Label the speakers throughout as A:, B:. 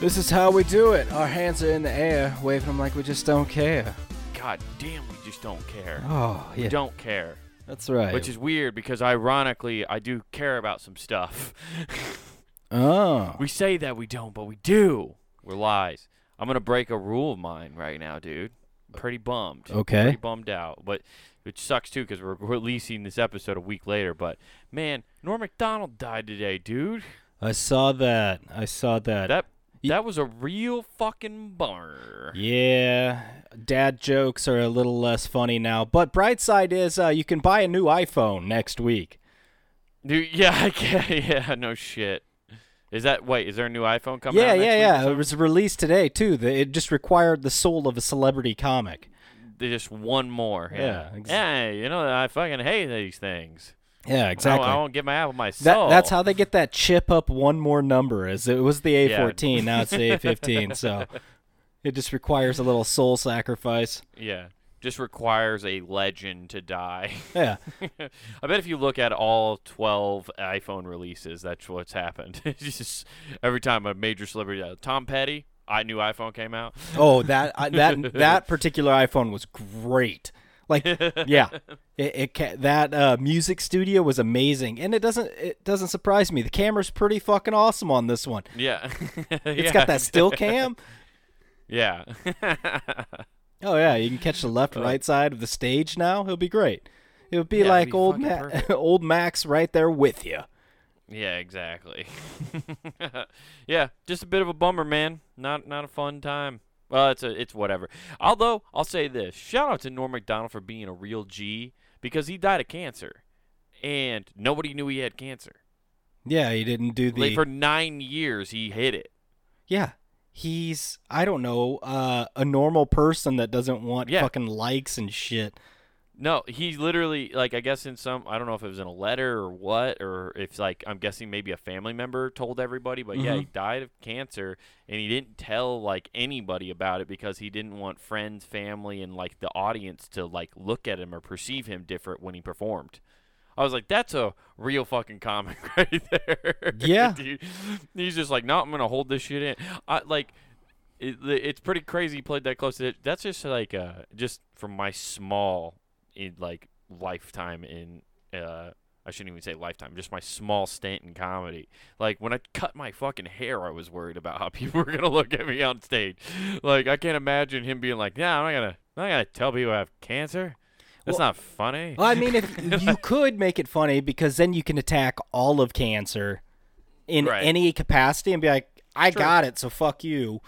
A: This is how we do it. Our hands are in the air, waving them like we just don't care.
B: God damn, we just don't care.
A: Oh,
B: We
A: yeah.
B: don't care.
A: That's right.
B: Which is weird because ironically, I do care about some stuff.
A: oh.
B: we say that we don't, but we do. We're lies. I'm gonna break a rule of mine right now, dude. I'm pretty bummed.
A: Okay.
B: Pretty bummed out, but which sucks too because we're releasing this episode a week later. But man, Norm Macdonald died today, dude.
A: I saw that. I saw that.
B: That
A: Ye-
B: that was a real fucking bummer.
A: Yeah, dad jokes are a little less funny now. But bright side is uh, you can buy a new iPhone next week.
B: Dude, yeah, I ca- yeah, no shit. Is that wait? Is there a new iPhone coming?
A: yeah,
B: out next
A: yeah,
B: week or
A: yeah. It
B: something?
A: was released today too. The, it just required the soul of a celebrity comic.
B: They just one more. Yeah.
A: Yeah, ex-
B: Yeah, you know I fucking hate these things.
A: Yeah, exactly.
B: I, I won't get my Apple myself.
A: that, that's how they get that chip up one more number. Is it was the
B: Yeah.
A: A14, now it's the A15. So it just requires a little soul sacrifice.
B: Yeah. Just requires a legend to die.
A: Yeah,
B: I bet if you look at all 12 iPhone releases, that's what's happened. It's just every time a major celebrity, uh, Tom Petty, I knew iPhone came out.
A: Oh, that I that that particular iPhone was great. Like, yeah, it, it ca- that uh, music studio was amazing, and it doesn't it doesn't surprise me. The camera's pretty fucking awesome on this one.
B: Yeah.
A: It's got that still cam.
B: Yeah.
A: Oh yeah, you can catch the left right side of the stage now. It'll be great. It would be
B: Uh. it'd
A: like
B: be
A: old
B: fucking
A: Ma-
B: perfect.
A: old Max right there with you.
B: yeah, exactly. yeah, just a bit of a bummer, man. Not not a fun time. Well, it's a, it's whatever. Although I'll say this: shout out to Norm Macdonald for being a real G because he died of cancer, and nobody knew he had cancer.
A: Yeah, he didn't do the
B: Like for nine years, he hid it.
A: yeah. He's I don't know uh, a normal person that doesn't want
B: Yeah.
A: fucking likes and shit.
B: No, he literally like I guess in some I don't know if it was in a letter or what or if like I'm guessing maybe a family member told everybody, but yeah, he died of cancer and he didn't tell like anybody about it because he didn't want friends, family and like the audience to like look at him or perceive him different when he performed. I was like, that's a real fucking comic right there.
A: Yeah.
B: dude. He's just like, no, I'm gonna hold this shit in. I like it, it's pretty crazy he played that close to it. That's just like uh just from my small in like lifetime in uh I shouldn't even say lifetime, just my small stint in comedy. Like when I cut my fucking hair, I was worried about how people were gonna look at me on stage. Like I can't imagine him being like, "Yeah, I'm not gonna, I'm not gonna tell people I have cancer. That's
A: Well-
B: not funny."
A: Well, I mean, if you could make it funny because then you can attack all of cancer in
B: Right.
A: any capacity and be like, I got it, so fuck you.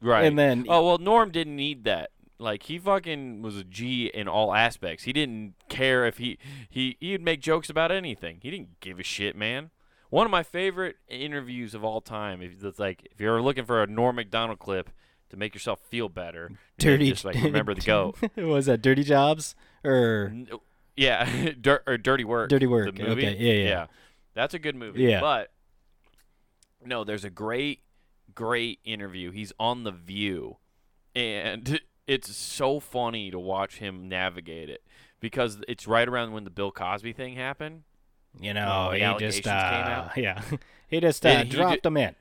B: Right.
A: And then-
B: oh well, Norm didn't need that. Like he fucking was a G in all aspects. He didn't care if he he he'd make jokes about anything. He didn't give a shit, man. One of my favorite interviews of all time. If it's like if you're looking for a Norm Macdonald clip to make yourself feel better, and
A: Dirty.
B: just like remember the goat.
A: What was that Dirty Jobs or
B: N- Yeah, Dir- or Dirty Work.
A: Dirty
B: the
A: Work,
B: movie.
A: okay, yeah, yeah.
B: That's a good movie.
A: Yeah.
B: But no, there's a great, great interview. He's on The View, and it's so funny to watch him navigate it because it's right around when the Bill Cosby thing happened.
A: you know
B: Oh, the
A: he just
B: allegations came
A: uh,
B: out?
A: yeah he just uh,
B: Did he
A: dropped
B: ju-
A: him in.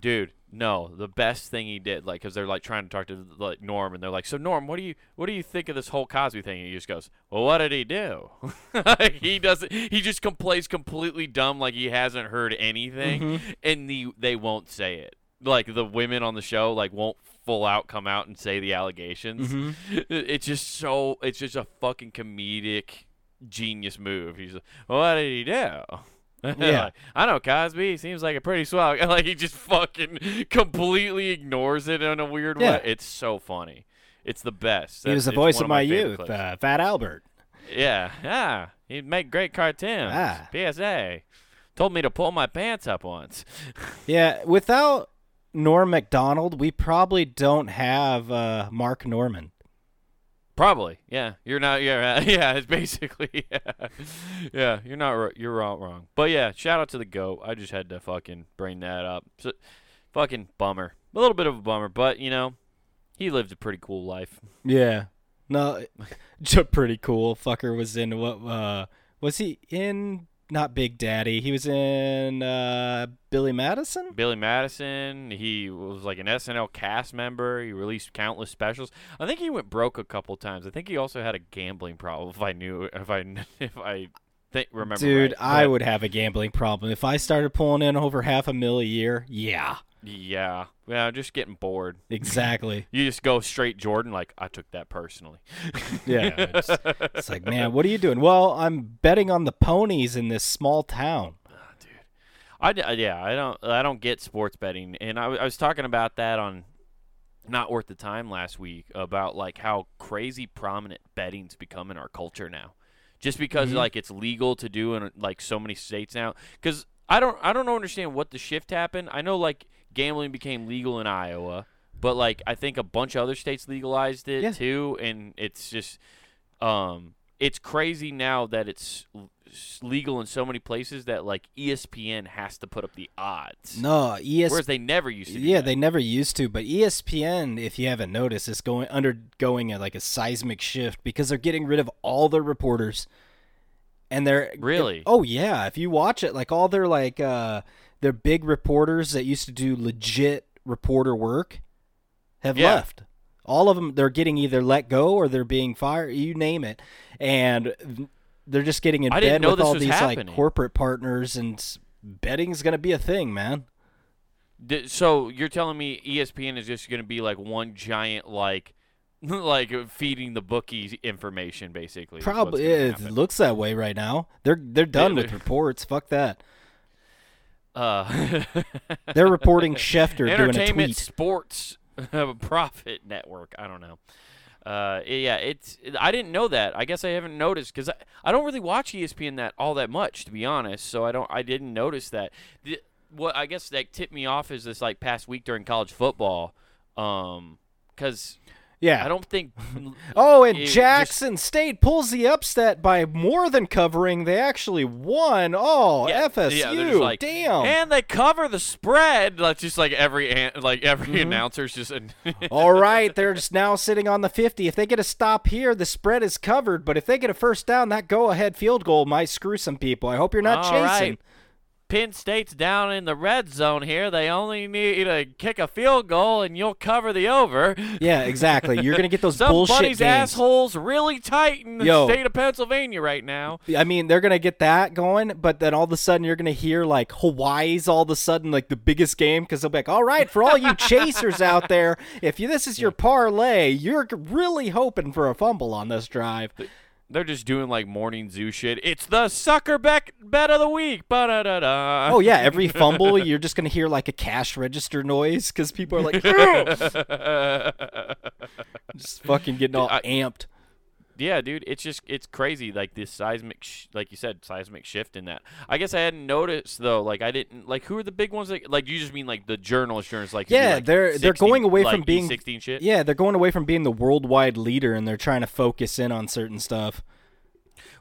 B: Dude, no, the best thing he did, like, because they're like trying to talk to like Norm, and they're like, "So Norm, what do you what do you think of this whole Cosby thing?" And he just goes, "Well, what did he do?" he doesn't. He just com- plays completely dumb, like he hasn't heard anything, and the they won't say it. Like the women on the show, like, won't full out come out and say the
A: Mm-hmm.
B: allegations. It- It's just so. It's just a fucking comedic genius move. He's like, "What did he do?"
A: Yeah.
B: Like, I know Cosby. He seems like a pretty swell. guy." Like he just fucking completely ignores it in a weird
A: Yeah.
B: way. It's so funny. It's the best.
A: He was
B: That's-
A: the
B: it's
A: voice
B: one
A: of my
B: favorite
A: youth,
B: clips.
A: uh, Fat Albert.
B: Yeah, yeah. He'd make great cartoons.
A: Ah.
B: PSA. Told me to pull my pants up once.
A: Yeah, without Norm Macdonald, we probably don't have uh, Mark Norman.
B: Probably. Yeah. You're not. Yeah. Yeah. It's basically. Yeah. Yeah. You're not. ri- You're all wrong. But yeah. Shout out to the goat. I just had to fucking bring that up. So, fucking bummer. A little bit of a bummer, but you know, he lived a pretty cool life.
A: Yeah. No, j- pretty cool. Fucker was in what? Uh, was he in not Big Daddy. He was in uh, Billy Madison.
B: Billy Madison. He was like an SNL cast member. He released countless specials. I think he went broke a couple times. I think he also had a gambling problem. If I knew, if I, if I think remember.
A: Dude,
B: right.
A: I
B: But,
A: would have a gambling problem if I started pulling in over half a mil a year. Yeah,
B: Yeah, yeah. Just getting bored.
A: exactly.
B: You just go straight Jordan. Like I took that personally.
A: Yeah, it's, it's like, man, what are you doing? Well, I'm betting on the ponies in this small town.
B: I d- uh, yeah, I don't I don't get sports betting, and I, w- I was talking about that on not worth the time last week about like how crazy prominent betting's become in our culture now, just because like it's legal to do in like so many states now. Because I don't I don't understand what the shift happened. I know like gambling became legal in Iowa, but like I think a bunch of other states legalized it
A: Yeah.
B: too, and it's just um it's crazy now that it's l- s- legal in so many places that like E ESPN has to put up the odds.
A: No, E ESPN.
B: Whereas they never used to. do
A: Yeah,
B: that.
A: they never used to, but E ESPN, if you haven't noticed, is going undergoing a, like a seismic shift because they're getting rid of all their reporters, and they're
B: Really?
A: oh yeah, if you watch it, like all their like uh their big reporters that used to do legit reporter work have
B: Yeah.
A: left. All of them, they're getting either let go or they're being fired. You name it, and they're just getting in
B: I didn't
A: bed
B: know
A: with
B: this
A: all
B: was
A: these
B: happening.
A: like corporate partners, and s- betting's gonna be a thing, man.
B: D- so you're telling me E ESPN is just going to be like one giant like like feeding the bookies information basically. is what's
A: Probably
B: gonna
A: it
B: happen.
A: looks that way right now. They're they're done with
B: they're-
A: reports. Fuck that.
B: Uh,
A: They're reporting Schefter doing a
B: Entertainment
A: tweet.
B: Sports Profit Network. I don't know. Uh, yeah, it's. I didn't know that. I guess I haven't noticed because I, I don't really watch E ESPN that all that much, to be honest. So I don't. I didn't notice that. The, what I guess that tipped me off is this like past week during college football, um, because
A: Yeah.
B: I don't think.
A: oh, and
B: it just-
A: Jackson State pulls the upset by more than covering. They actually won. Oh,
B: Yeah,
A: FSU.
B: yeah, they're just like, "Eh."
A: Damn.
B: And they cover the spread. Like just like every an- like every
A: Mm-hmm.
B: announcer's just.
A: All right, they're just now sitting on the 50. If they get a stop here, the spread is covered, but if they get a first down, that go-ahead field goal might screw some people. I hope you're not
B: All
A: chasing.
B: right. Penn State's down in the red zone here. They only need to kick a field goal, and you'll cover the over.
A: Yeah, exactly. You're going to get those bullshit
B: Somebody's
A: games.
B: assholes really tight in the
A: Yo.
B: state of Pennsylvania right now.
A: I mean, they're gonna get that going, but then all of a sudden you're gonna hear like Hawaii's all of a sudden like the biggest game because they'll be like, "All right, for all you chasers out there, if you, this is your parlay, you're really hoping for a fumble on this drive."
B: They're just doing like morning zoo shit. It's the sucker bet bet of the week. Ba-da-da-da.
A: Oh yeah, every fumble you're just gonna hear like a cash register noise because people are like, "Ew!" just fucking getting all amped.
B: Yeah, dude, it's just it's crazy. Like this seismic, sh- like you said, seismic shift in that. I guess I hadn't noticed though. Like I didn't like who are the big ones? That, like you just mean like the journal insurance? Like you do,
A: Yeah,
B: like,
A: they're they're
B: 16
A: going away
B: like, E
A: from being
B: sixteen shit.
A: Yeah, they're going away from being the worldwide leader, and they're trying to focus in on certain stuff.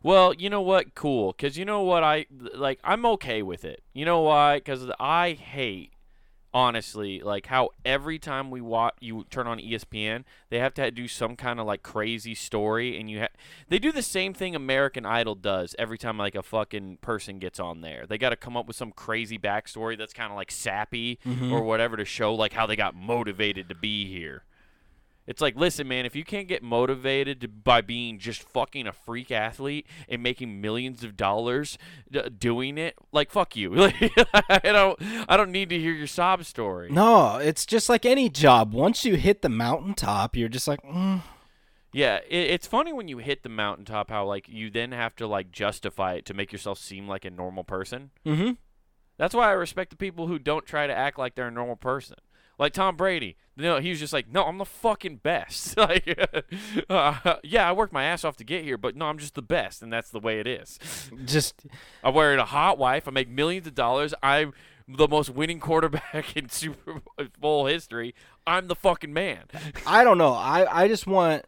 B: Well, you know what? Cool, because you know what I like. I'm okay with it. You know why? Because I hate honestly like how every time we watch you turn on E espn they have to do some kind of like crazy story and you ha- they do the same thing american idol does every time like a fucking person gets on there they got to come up with some crazy backstory that's kind of like sappy or whatever to show like how they got motivated to be here it's like listen man if you can't get motivated to, by being just fucking a freak athlete and making millions of dollars d- doing it like fuck you i don't i don't need to hear your sob story
A: No, it's just like any job. Once you hit the mountaintop, you're just like, mm,
B: Yeah, it, it's funny when you hit the mountaintop how like you then have to like justify it to make yourself seem like a normal person.
A: mm-hmm.
B: That's why I respect the people who don't try to act like they're a normal person. Like Tom Brady, you know, he was just like, "No, I'm the fucking best." like, uh, yeah, I worked my ass off to get here, but no, I'm just the best, and that's the way it is.
A: just
B: I wear a hot wife. I make millions of dollars. I'm the most winning quarterback in Super Bowl history. I'm the fucking man.
A: I don't know. I I just want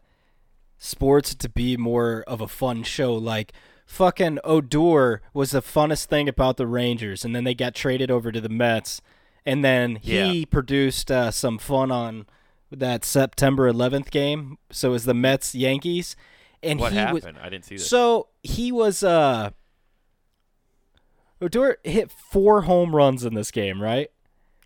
A: sports to be more of a fun show. Like fucking Odor was the funnest thing about the Rangers, and then they got traded over to the Mets, and then he produced uh, some fun on that September 11th game. So it was the Mets Yankees, and
B: What
A: he was
B: happened? I didn't see this.
A: So he was uh Odor hit four home runs in this game, right?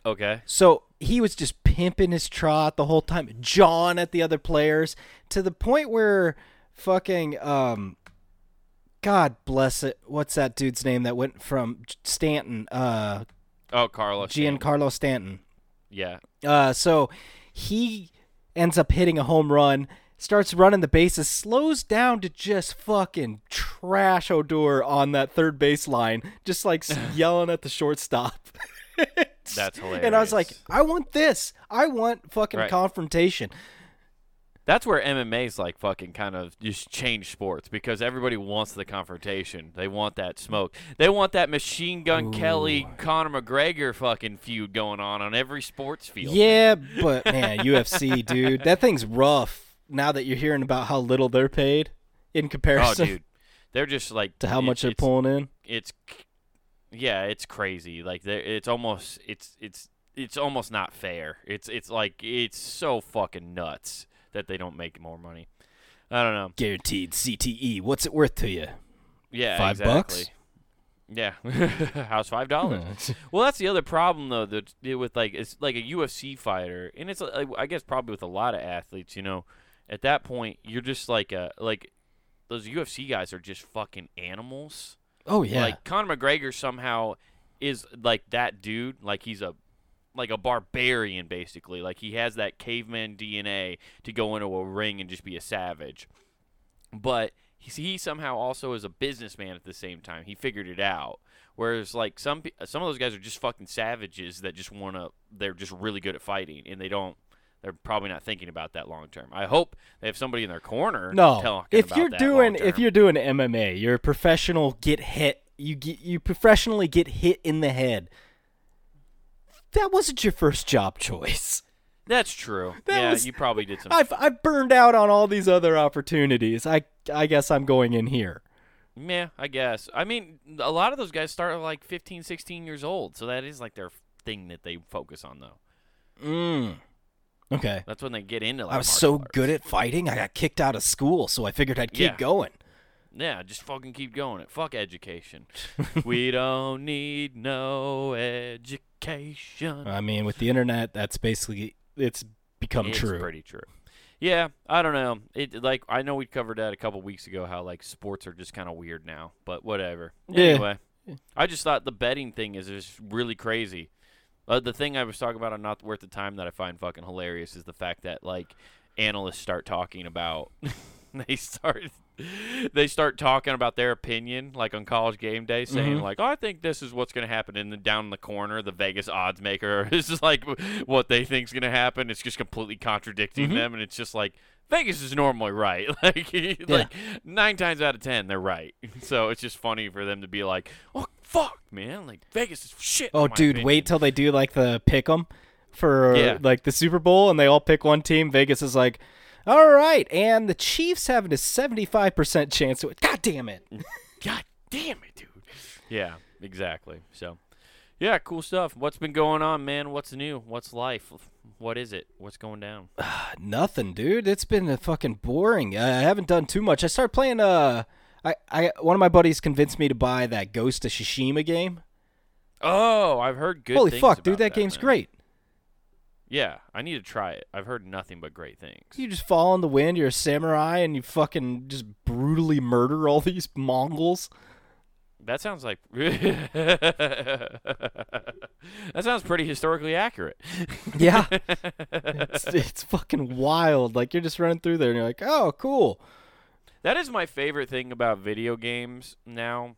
B: Okay.
A: So he was just pimping his trot the whole time, jawing at the other players to the point where fucking um God bless it. What's that dude's name that went from Stanton? Uh
B: Oh, Carlos. Stanton.
A: Giancarlo Stanton.
B: Yeah.
A: Uh, so he ends up hitting a home run, starts running the bases, slows down to just fucking trash Odor on that third base line, just like s- yelling at the shortstop.
B: That's
A: And I was like,
B: hilarious.
A: I want this. I want fucking
B: Right.
A: confrontation.
B: That's where MMA's like fucking kind of just change sports because everybody wants the confrontation. They want that smoke. They want that Machine Gun Kelly Conor McGregor fucking feud going on on every sports field.
A: Yeah, but man, UFC, dude, that thing's rough. Now that you're hearing about how little they're paid in
B: Oh,
A: comparison
B: dude. They're just like
A: to how
B: it-
A: much they're
B: it's-
A: pulling in.
B: it's c- yeah, it's crazy. Like there, it's almost it's it's it's almost not fair. It's it's like it's so fucking nuts that they don't make more money. I don't know.
A: Guaranteed CTE. What's it worth to you?
B: Yeah,
A: Five bucks?
B: exactly. Yeah, how's five dollars?
A: Hmm.
B: Well, that's the other problem though. That it- with like it's like a UFC fighter, and it's like, I guess probably with a lot of athletes. You know, at that point, you're just like a like those UFC guys are just fucking animals.
A: Oh yeah.
B: Like Conor McGregor somehow is like that dude. Like he's a like a barbarian basically. Like he has that caveman DNA to go into a ring and just be a savage. But he, he somehow also is a businessman at the same time. He figured it out. Whereas like some pe- some of those guys are just fucking savages that just want to. They're just really good at fighting and they don't. They're probably not thinking about that long term. I hope they have somebody in their corner.
A: No,
B: talking
A: if
B: about
A: you're
B: that
A: doing
B: long-term.
A: if you're doing MMA, you're a professional. Get hit. You get you professionally get hit in the head. That wasn't your first job choice.
B: that's true.
A: That
B: yeah,
A: was-
B: you probably did some
A: I've I've burned out on all these other opportunities. I I guess I'm going in here.
B: Yeah, I guess. I mean, a lot of those guys start at like 15, 16 years old, so that is like their thing that they focus on though.
A: Mm. Okay.
B: That's when they get into like
A: I was
B: martial
A: so
B: arts.
A: good at fighting, I got kicked out of school, so I figured I'd keep
B: Yeah.
A: going.
B: Yeah, just fucking keep going. It fuck education. we don't need no education.
A: I mean, with the internet, that's basically it's become
B: it's
A: true.
B: pretty true. Yeah, I don't know. It like I know we covered that a couple weeks ago how like sports are just kind of weird now, but whatever.
A: Yeah.
B: Anyway, I just thought the betting thing is just really crazy. Uh, the thing I was talking about on not worth the time that I find fucking hilarious is the fact that like analysts start talking about they start they start talking about their opinion like on college game day saying
A: Mm-hmm.
B: like oh, i think this is what's going to happen and then down in the corner the vegas odds maker is just like what they think's going to happen it's just completely contradicting
A: Mm-hmm.
B: them and it's just like vegas is normally right like, like nine times out of ten they're right so it's just funny for them to be like oh fuck man like vegas is shit
A: Oh,
B: in my
A: dude,
B: opinion."
A: wait till they do like the pick 'em for
B: Yeah.
A: like the Super Bowl, and they all pick one team. Vegas is like, all right, and the Chiefs having a seventy-five percent chance to it. God damn it!
B: Mm. God damn it, dude. Yeah, exactly. So, yeah, cool stuff. What's been going on, man? What's new? What's life? What is it? What's going down?
A: Nothing, dude. It's been a fucking boring. Uh, I haven't done too much. I started playing. Uh, I, I one of my buddies convinced me to buy that Ghost of Tsushima game.
B: Oh, I've heard good.
A: Holy
B: things
A: fuck, dude,
B: about
A: that, game's
B: man.
A: great.
B: Yeah, I need to try it. I've heard nothing but great things.
A: You just fall in the wind. You're a samurai, and you fucking just brutally murder all these Mongols.
B: That sounds like that sounds pretty historically accurate.
A: Yeah. it's, it's fucking wild. Like you're just running through there, and you're like, "Oh, cool."
B: That is my favorite thing about video games now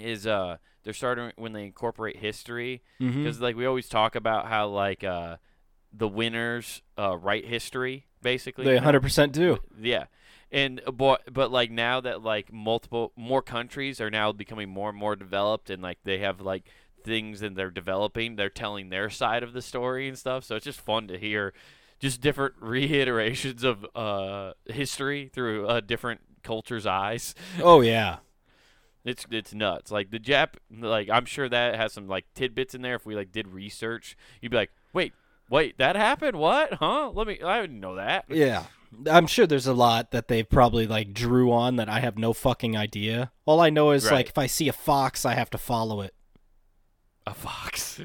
B: is uh they're starting when they incorporate history because like we always talk about how like uh the winners uh write history basically
A: They
B: you know?
A: 100 percent do.
B: yeah and uh, but but like now that like multiple more countries are now becoming more and more developed and like they have like things and they're developing they're telling their side of the story and stuff so it's just fun to hear just different reiterations of uh history through uh, different cultures eyes
A: Oh yeah.
B: it's it's nuts. Like the Jap, like I'm sure that has some like tidbits in there. If we like did research, you'd be like, wait, wait, that happened? What? Huh? Let me. I didn't know that.
A: Yeah. I'm sure there's a lot that they probably like drew on that I have no fucking idea. All I know is
B: Right.
A: like if I see a fox, I have to follow it.
B: A fox.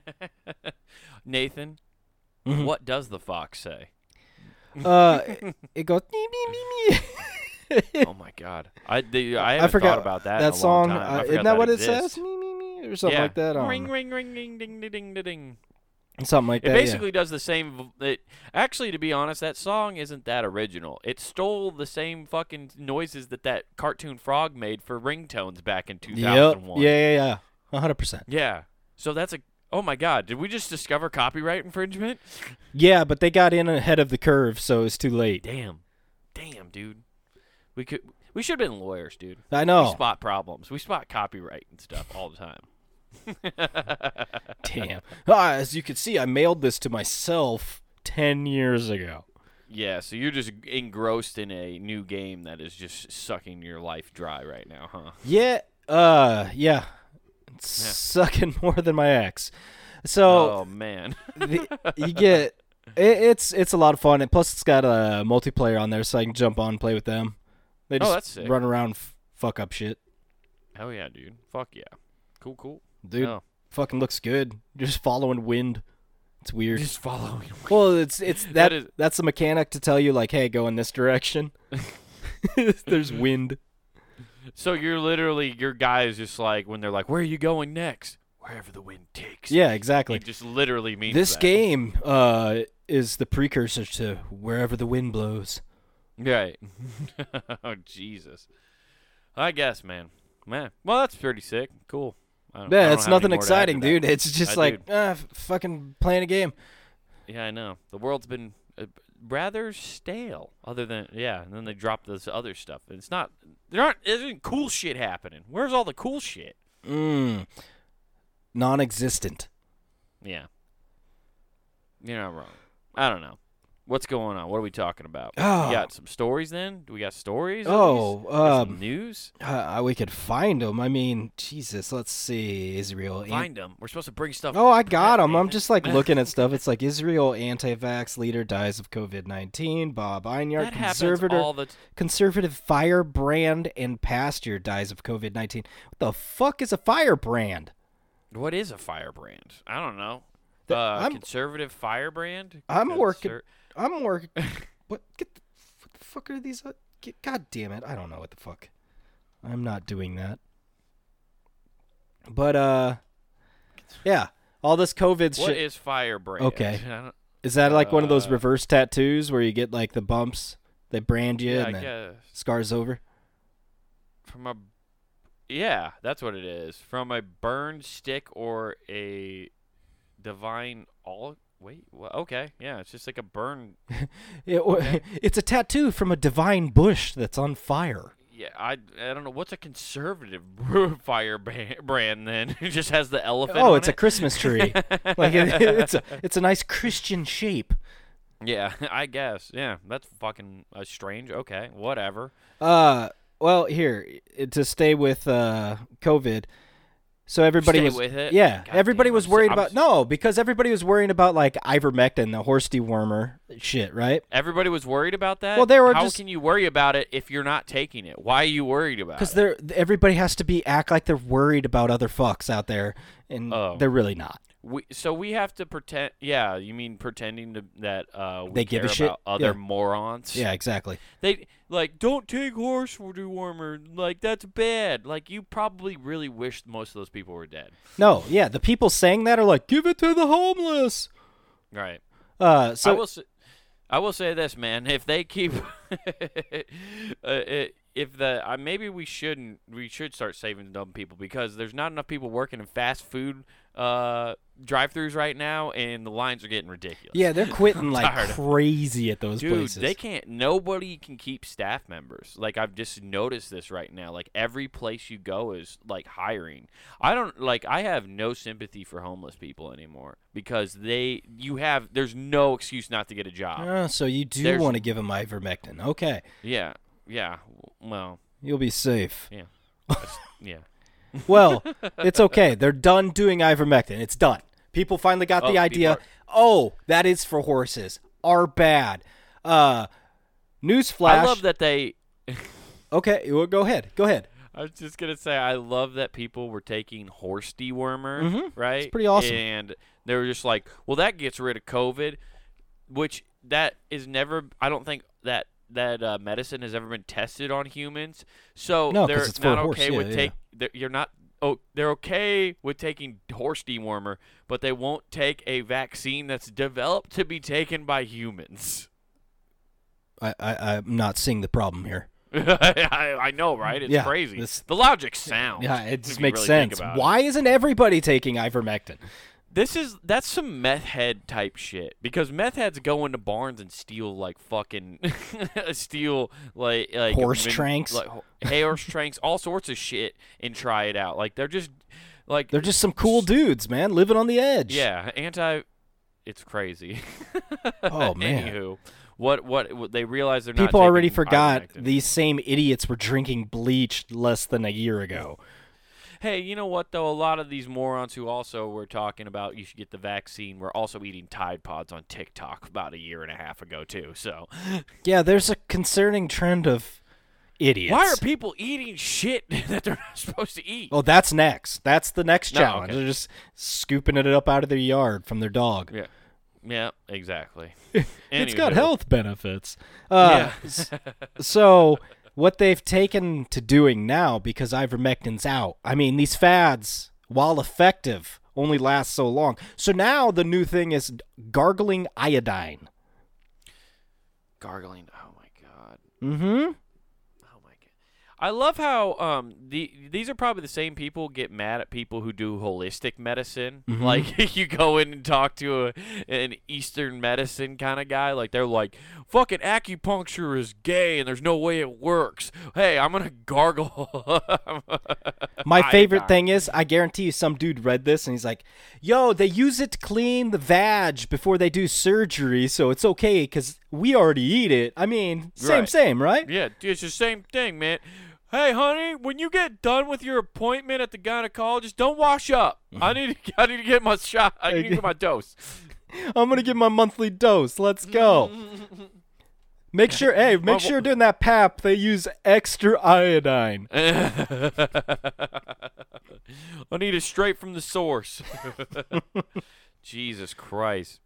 B: Nathan,
A: Mhm.
B: what does the fox say?
A: Uh, it- it goes me me me me.
B: Oh my God, I they, I haven't
A: forgot
B: thought about that. in a
A: that song.
B: long time. I
A: Uh,
B: forgot
A: isn't that what it
B: exists.
A: says? Me me me or something
B: yeah.
A: like that. I don't
B: Ring
A: know.
B: ring ring ding ding ding ding ding, ding.
A: Something like
B: It
A: that. yeah.
B: basically does the same. v- It, actually, to be honest, that song isn't that original. It stole the same fucking noises that that cartoon frog made for ringtones back in
A: Yep.
B: 2001.
A: Yeah, yeah, yeah. One hundred percent.
B: Yeah. So that's a. Oh my God! Did we just discover copyright infringement?
A: Yeah, but they got in ahead of the curve, so it's too late.
B: Damn. Damn, dude. We could. We should have been lawyers, dude.
A: I
B: We
A: know.
B: spot problems. We spot copyright and stuff all the time.
A: Damn. Ah, as you can see, I mailed this to myself ten years ago.
B: Yeah. So you're just engrossed in a new game that is just sucking your life dry right now, huh?
A: Yeah. Uh. Yeah. It's Sucking more than my ex. So
B: oh man.
A: the, you get it, it's it's a lot of fun, and plus it's got a multiplayer on there, so I can jump on and play with them. They
B: Oh,
A: just
B: that's sick.
A: run around, f- fuck up shit.
B: Hell yeah, dude. Fuck yeah. Cool, cool.
A: Dude,
B: Oh.
A: fucking looks good. You're just following wind. It's weird.
B: Just following.
A: Well, it's it's that,
B: That is-
A: that's the mechanic to tell you like, hey, go in this direction. There's wind.
B: So you're literally your guy is just like when they're like, "Where are you going next?" Wherever the wind takes.
A: Yeah,
B: It
A: exactly.
B: just literally means
A: This
B: that.
A: game uh, is the precursor to wherever the wind blows.
B: Right. oh Jesus. I guess, man. Man. Well, that's pretty sick. Cool. I don't, I
A: Yeah,
B: don't
A: it's
B: have any
A: nothing
B: more to add to
A: exciting,
B: that.
A: dude. It's just
B: I-
A: like
B: dude.
A: ah, f- fucking playing a game.
B: Yeah, I know. The world's been uh, rather stale. Other than yeah, and then they drop this other stuff. It's not there aren't there isn't cool shit happening. Where's all the cool shit?
A: Mm. Non-existent.
B: Yeah. You're not wrong. I don't know. What's going on? What are we talking about?
A: Oh.
B: We got some stories then? Do we got stories? at
A: Oh,
B: least? We got some
A: um,
B: news?
A: Uh, we could find them. I mean, Jesus. Let's see, Israel. an-
B: Find them. We're supposed to bring stuff.
A: Oh, I got him. I'm
B: Nathan.
A: just like looking at stuff. It's like Israel anti-vax leader dies of COVID-19. Bob Einyard,
B: that happens
A: conservative
B: all the t-
A: conservative firebrand and pasture dies of COVID-19. What the fuck is a firebrand?
B: What is a firebrand? I don't know.
A: Th-
B: uh,
A: I'm-
B: conservative firebrand?
A: I'm working-
B: Conser-
A: I'm working. what? Get the, what the fuck are these? uh, Get, God damn it! I don't know what the fuck. I'm not doing that. But uh, yeah, all this COVID
B: What
A: shit.
B: is firebrand?
A: Okay.
B: I don't-
A: Is that like one of those
B: Uh,
A: reverse tattoos where you get like the bumps that brand you
B: yeah,
A: and
B: I
A: then
B: guess.
A: scars over?
B: From a. Yeah, that's what it is. From a burned stick or a divine all. Wait, wha- okay. Yeah, it's just like a burn.
A: It,
B: Okay.
A: It's a tattoo from a divine bush that's on fire.
B: Yeah, I, I don't know. What's a conservative fire ban- brand then? it just has the elephant.
A: oh,
B: on
A: it's a
B: it?
A: Christmas tree. like it, it's a it's a nice Christian shape.
B: Yeah, I guess. Yeah, that's fucking uh, strange. Okay, whatever.
A: Uh, well, here i- to stay with uh COVID. So everybody
B: Stay
A: was
B: with it?
A: yeah,
B: God
A: everybody
B: damn,
A: was
B: I'm s-
A: worried
B: I'm
A: about
B: s-
A: no because everybody was worrying about like ivermectin, the horse dewormer shit, right?
B: Everybody was worried about that.
A: Well, they were
B: How
A: just-
B: can you worry about it if you're not taking it? Why are you worried about
A: Because
B: it?
A: they're everybody has to be act like they're worried about other fucks out there, and
B: Oh.
A: they're really not.
B: We, so we have to pretend. Yeah, you mean pretending to, that uh, we
A: They give a
B: care
A: shit?
B: about other
A: Yeah.
B: morons?
A: Yeah, exactly.
B: They like don't take horse dewormer. Like that's bad. Like you probably really wish most of those people were dead.
A: No, yeah, the people saying that are like, give it to the homeless.
B: Right.
A: Uh,
B: I
A: so
B: will say, I will say this, man. If they keep, uh, it, if the uh, maybe we shouldn't, we should start saving dumb people because there's not enough people working in fast food uh, drive-throughs right now, and the lines are getting ridiculous.
A: yeah, they're quitting like
B: tired of-
A: crazy at those
B: Dude,
A: places.
B: they can't. Nobody can keep staff members. Like I've just noticed this right now. Like every place you go is like hiring. I don't like. I have no sympathy for homeless people anymore because they. You have. There's no excuse not to get a job.
A: Oh, so you do
B: There's-
A: want to give them ivermectin? Okay,
B: Yeah, yeah. w- Well,
A: you'll be safe.
B: yeah, That's- yeah.
A: Well, it's okay. They're done doing ivermectin. It's done. People finally got
B: Oh,
A: the
B: people
A: idea.
B: are-
A: Oh, that is for horses. Are bad. Uh, Newsflash.
B: I love that they.
A: Okay, well, go ahead. Go ahead.
B: I was just gonna say I love that people were taking horse dewormer,
A: Mhm.
B: right?
A: pretty awesome.
B: And they were just like, "Well, that gets rid of COVID," which that is never. I don't think that that uh, medicine has ever been tested on humans. So
A: No, 'cause
B: they're
A: it's for a
B: not
A: horse,
B: okay
A: yeah,
B: with
A: yeah.
B: take. they're- You're not. Oh, they're okay with taking horse dewormer, but they won't take a vaccine that's developed to be taken by humans.
A: I, I I'm not seeing the problem here.
B: I, I know, right? It's
A: Yeah,
B: crazy.
A: this-
B: the logic sounds.
A: Yeah, it
B: if
A: just
B: you
A: makes
B: really think
A: sense.
B: about it.
A: Why isn't everybody taking ivermectin?
B: This is that's some meth head type shit because meth heads go into barns and steal like fucking steal like like
A: Horse tranks?
B: like ho- horse tranks, all sorts of shit, and try it out. Like they're just like
A: They're just some cool dudes, man, living on the edge.
B: yeah anti. It's crazy.
A: Oh, man.
B: Anywho, what, what what they realize they're not
A: People already
B: taking
A: forgot
B: ivermectin.
A: these same idiots were drinking bleach less than a year ago.
B: Hey, you know what though? A lot of these morons who also were talking about you should get the vaccine were also eating Tide Pods on TikTok about a year and a half ago too. So
A: Yeah, there's a concerning trend of idiots.
B: why are people eating shit that they're not supposed to eat?
A: Oh, that's next. That's the next
B: No,
A: challenge.
B: okay.
A: They're just scooping it up out of their yard from their dog.
B: yeah, yeah, exactly.
A: It's got
B: Anywho.
A: health benefits. Uh, s- so what they've taken to doing now because ivermectin's out. I mean, these fads, while effective, only last so long. So now the new thing is gargling iodine.
B: Gargling. Oh my god.
A: Mm-hmm.
B: Oh my god. I love how um the these are probably the same people get mad at people who do holistic medicine. Like you go in and talk to a, an Eastern medicine kind of guy, like they're like, "Fucking acupuncture is gay, and there's no way it works." Hey, I'm gonna gargle.
A: My favorite
B: Iodine.
A: thing is, I guarantee you, some dude read this and he's like, "Yo, they use it to clean the vag before they do surgery, so it's okay because we already eat it." I mean, same,
B: Right.
A: same, right?
B: Yeah, it's the same thing, man. Hey, honey, when you get done with your appointment at the gynecologist, don't wash up. I need, I need to get my shot. I need to get my dose.
A: I'm gonna get my monthly dose. Let's go. Make sure, hey, make sure during that pap they use extra iodine.
B: I need it straight from the source. Jesus Christ.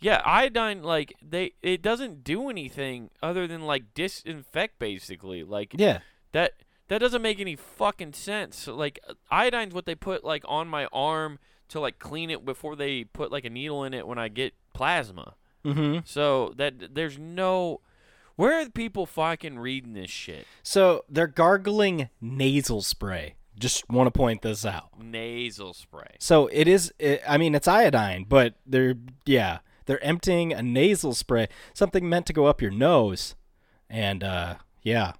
B: Yeah, iodine like they it doesn't do anything other than like disinfect basically. Like
A: Yeah,
B: that that doesn't make any fucking sense. Like iodine's what they put like on my arm to like clean it before they put like a needle in it when I get plasma. Mm-hmm. So that there's no where are the people fucking reading this shit?
A: so they're gargling nasal spray. Just want to point this out.
B: Nasal spray.
A: So it is. It, I mean, it's iodine, but they're yeah, they're emptying a nasal spray, something meant to go up your nose, and uh, yeah,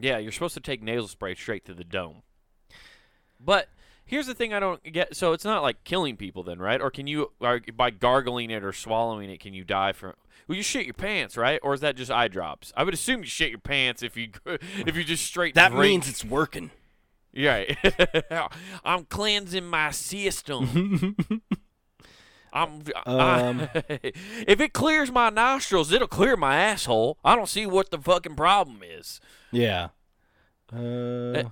B: Yeah, you're supposed to take nasal spray straight to the dome. But here's the thing I don't get. So it's not like killing people then, right? Or can you or by gargling it or swallowing it can you die from Well, you shit your pants, right? Or is that just eye drops? I would assume you shit your pants if you if you just straight drink.
A: it's working.
B: Yeah. right. I'm cleansing my system. I'm, I-
A: Um.
B: if it clears my nostrils, it'll clear my asshole. I don't see what the fucking problem is.
A: Yeah.
B: Eh.
A: Uh,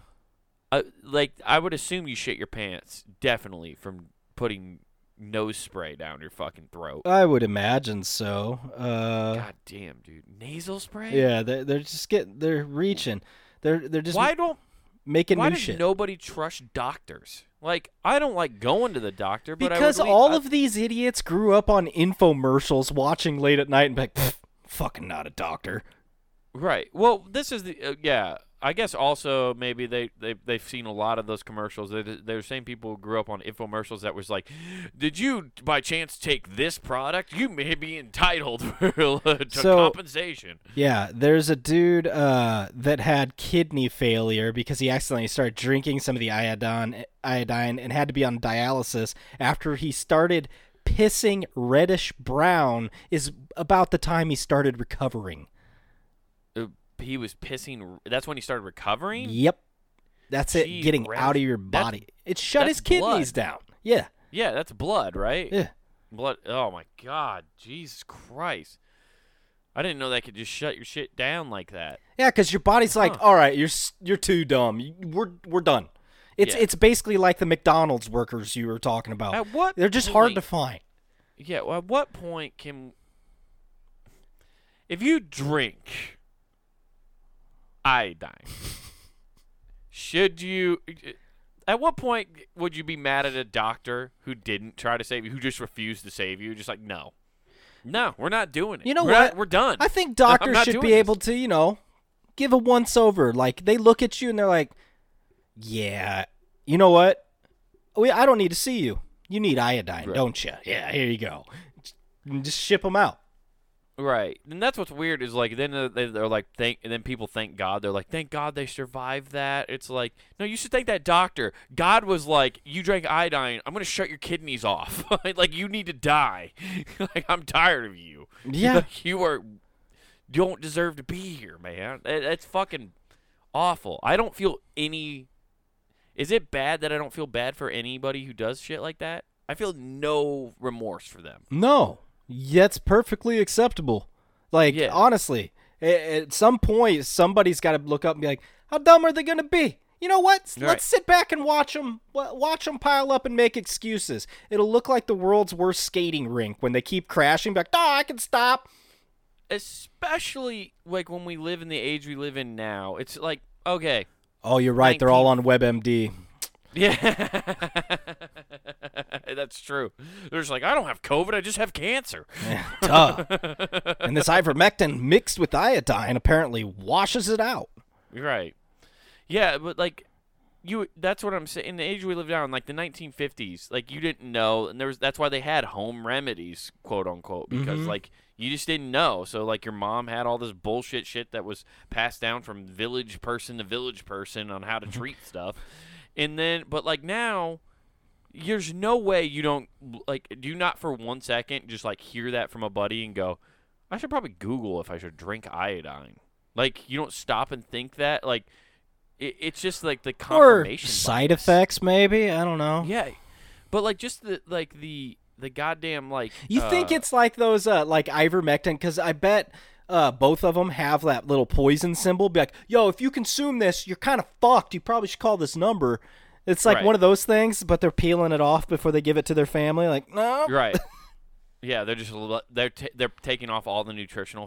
B: uh, like I would assume you shit your pants definitely from putting nose spray down your fucking throat.
A: I would imagine so. Uh,
B: God damn, dude, nasal spray.
A: yeah, they're, they're just getting. They're reaching. They're they're just
B: why don't
A: making
B: why
A: new
B: does
A: shit.
B: nobody trust doctors? Like I don't like going to the doctor, but
A: because
B: I would,
A: all
B: I,
A: of these idiots grew up on infomercials, watching late at night, and be like, "Pfft, fucking not a doctor.
B: right. Well, this is the uh, yeah. I guess also maybe they they they've seen a lot of those commercials. They're, the- they're the same people who grew up on infomercials that was like, did you by chance take this product? You may be entitled to
A: So-
B: compensation.
A: Yeah, there's a dude uh, that had kidney failure because he accidentally started drinking some of the iodine, iodine and had to be on dialysis after he started pissing reddish brown is about the time he started recovering.
B: Uh, he was pissing. That's when he started recovering.
A: Yep. That's it
B: Gee,
A: getting
B: reddish-
A: out of your
B: that's-
A: body. it shut
B: that's
A: his kidneys
B: blood.
A: down. Yeah.
B: Yeah, that's blood, right?
A: Yeah.
B: Blood. Oh my God, Jesus Christ! I didn't know that could just shut your shit down like that.
A: Yeah, because your body's like,
B: Huh.
A: all right, you're s- you're too dumb. You- We're we're done. It's
B: Yeah.
A: it's basically like the McDonald's workers you were talking about.
B: At what
A: They're just hard
B: point-
A: to find.
B: Yeah. Well, at what point can if you drink iodine, should you? At what point would you be mad at a doctor who didn't try to save you, who just refused to save you? Just like no, no, we're not doing it.
A: You know
B: We're
A: what?
B: not- we're done.
A: I think
B: I'm
A: doctors
B: not
A: should
B: doing
A: be
B: this.
A: able to, you know, give a once over. Like they look at you and they're like, "Yeah, you know what? We I don't need to see you. You need iodine,
B: Right.
A: don't you? Yeah, here you go. Just- Just ship them out."
B: Right, and that's what's weird is like then uh, they- they're like thank, and then people thank God. They're like, thank God they survived that. It's like, no, you should thank that doctor. God was like, you drank iodine. I'm gonna shut your kidneys off. like you need to die. like I'm tired of you.
A: Yeah.
B: Like, you are. You don't deserve to be here, man. That- That's fucking awful. I don't feel any. Is it bad that I don't feel bad for anybody who does shit like that? I feel no remorse for them.
A: No, that's perfectly acceptable. Like
B: Yeah.
A: honestly, a- at some point somebody's got to look up and be like, "How dumb are they going to be?" You know what?
B: Right.
A: Let's sit back and watch them watch them pile up and make excuses. It'll look like the world's worst skating rink when they keep crashing. Be like, "Oh, I can stop."
B: especially like when we live in the age we live in now, it's like okay,
A: Oh, you're right. They're all on
B: 19th.
A: WebMD.
B: yeah, that's true. They're just like, I don't have COVID, I just have cancer.
A: Duh. and this ivermectin mixed with iodine apparently washes it out.
B: Right. Yeah, but like you that's what I'm saying. In the age we live now, in like the 1950s, like you didn't know and there was that's why they had home remedies, quote unquote, because like you just didn't know. So like your mom had all this bullshit shit that was passed down from village person to village person on how to treat stuff. And then but like now there's no way you don't like do you not for one second just like hear that from a buddy and go, I should probably Google if I should drink iodine. Like you don't stop and think that. Like it, it's just like the
A: Or
B: confirmation
A: side
B: bias.
A: effects, maybe. I don't know.
B: Yeah, but like just the like the the goddamn like
A: You think
B: uh,
A: it's like those, uh, like ivermectin? Because I bet uh, both of them have that little poison symbol. Be like, yo, if you consume this, you're kind of fucked. You probably should call this number. It's like
B: Right.
A: one of those things, but they're peeling it off before they give it to their family. Like, no,
B: right. Yeah, they're just le- they're ta they're taking off all the nutritional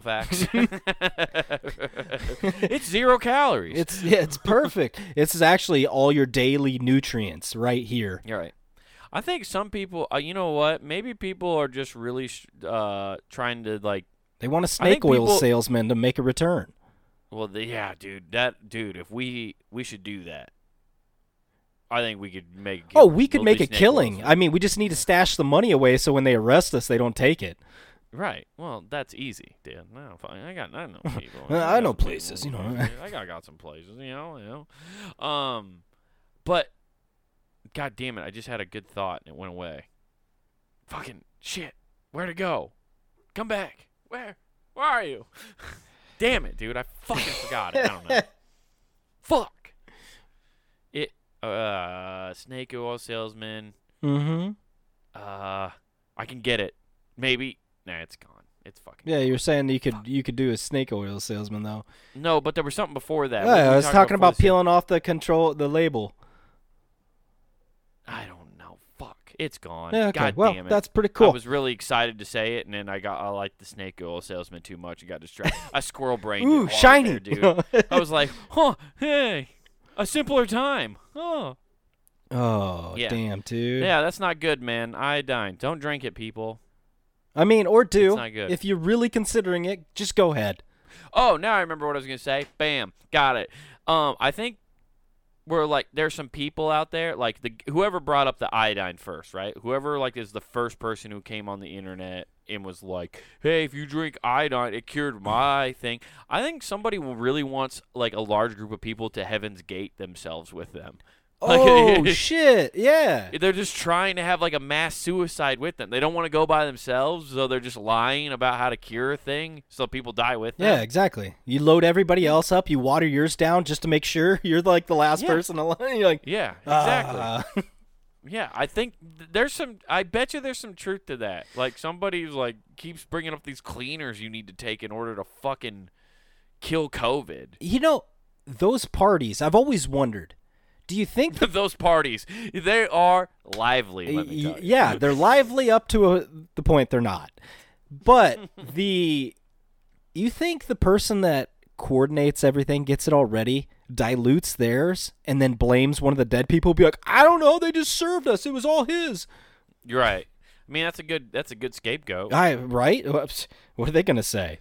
B: facts. it's zero calories.
A: it's yeah, it's perfect. this is actually all your daily nutrients right here.
B: You're right. I think some people, uh, you know what? Maybe people are just really sh- uh, trying to like
A: They want a snake oil
B: people-
A: salesman to make a return.
B: Well, the, yeah, dude, that dude, if we we should do that, I think we could make.
A: Oh, we could
B: at
A: make a
B: least Nick
A: killing.
B: Wilson.
A: I mean, we just need to stash the money away so when they arrest us, they don't take it.
B: Right. Well, that's easy, dude. No, fine. I got I know people.
A: Well, I
B: got
A: know
B: some
A: places,
B: people.
A: you know.
B: I got got some places, you know, you know. Um, but god damn it, I just had a good thought and it went away. Fucking shit. Where to go? Come back. Where? Where are you? damn it, dude. I fucking forgot it. I don't know. Fuck. It uh snake oil salesman.
A: Mm-hmm.
B: Uh I can get it. Maybe. Nah, it's gone. It's fucking
A: Yeah, you were saying you could you could do a snake oil salesman though.
B: No, but there was something before that. What
A: Yeah,
B: were
A: I
B: we
A: was talking
B: before
A: about
B: this?
A: peeling off the control the label.
B: I don't know. Fuck, it's gone.
A: Yeah, okay.
B: God
A: well,
B: damn it.
A: that's pretty
B: I
A: cool.
B: was really excited to say it, and then I got I liked the snake oil salesman too much. and got distracted. I squirrel brained. it
A: Ooh,
B: hard
A: shiny.
B: there, dude. I was like, huh, hey, a simpler time. Huh.
A: oh,
B: Yeah.
A: damn, dude.
B: Yeah, that's not good, man. Iodine. Don't drink it, people.
A: I mean, or do
B: It's not good.
A: if you're really considering it, just go ahead.
B: Oh, now I remember what I was gonna say. Bam, got it. Um, I think we're like there's some people out there like the whoever brought up the iodine first, right? Whoever like is the first person who came on the internet and was like, "Hey, if you drink iodine, it cured my thing." I think somebody will really wants like a large group of people to heaven's gate themselves with them. Like,
A: Oh shit, yeah.
B: they're just trying to have like a mass suicide with them. They don't want to go by themselves, so they're just lying about how to cure a thing, so people die with them.
A: Yeah, exactly. You load everybody else up, you water yours down just to make sure you're like the last
B: Yeah.
A: person alive. You're like,
B: Yeah, exactly.
A: "Ah."
B: Yeah, I think th- there's some. I bet you there's some truth to that. Like somebody's like keeps bringing up these cleaners you need to take in order to fucking kill COVID.
A: You know, those parties, I've always wondered. Do you think
B: Those parties, they are lively. Let me
A: Y-
B: tell you.
A: yeah, they're lively up to a, the point they're not. But the you think the person that coordinates everything gets it all ready, dilutes theirs, and then blames one of the dead people? Be like, I don't know, they just served us. It was all his.
B: you're right. I mean, that's a good. That's a good scapegoat.
A: I right? Whoops. What are they gonna say?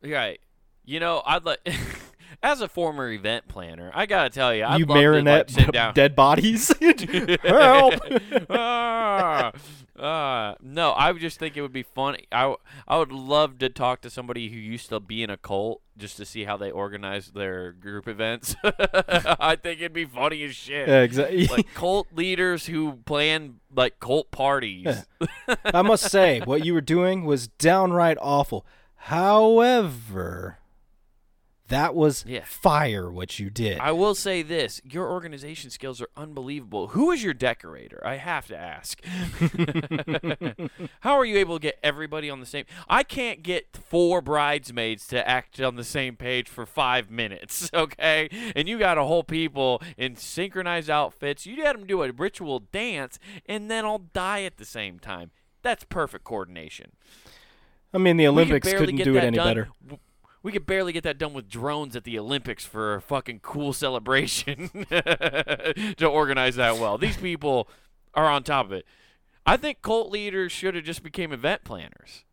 B: You're right. You know, I'd like. As a former event planner, I gotta tell you, I'd
A: you
B: love to, like,
A: marionette
B: sit down.
A: dead bodies. Help!
B: ah, ah. no, I would just think it would be fun. I, w- I would love to talk to somebody who used to be in a cult just to see how they organize their group events. I think it'd be funny as shit.
A: exactly.
B: Like cult leaders who plan like cult parties.
A: I must say, what you were doing was downright awful. However, that was
B: Yeah.
A: fire what you did.
B: I will say this: your organization skills are unbelievable. Who is your decorator? I have to ask. How are you able to get everybody on the same? I can't get four bridesmaids to act on the same page for five minutes, okay? And you got a whole people in synchronized outfits. You had them do a ritual dance, and then all die at the same time. That's perfect coordination.
A: I mean, the
B: We could
A: Olympics
B: barely
A: couldn't
B: get
A: do it
B: that
A: any
B: done-
A: better.
B: w- We could barely get that done with drones at the Olympics for a fucking cool celebration to organize that well. These people are on top of it. I think cult leaders should have just became event planners.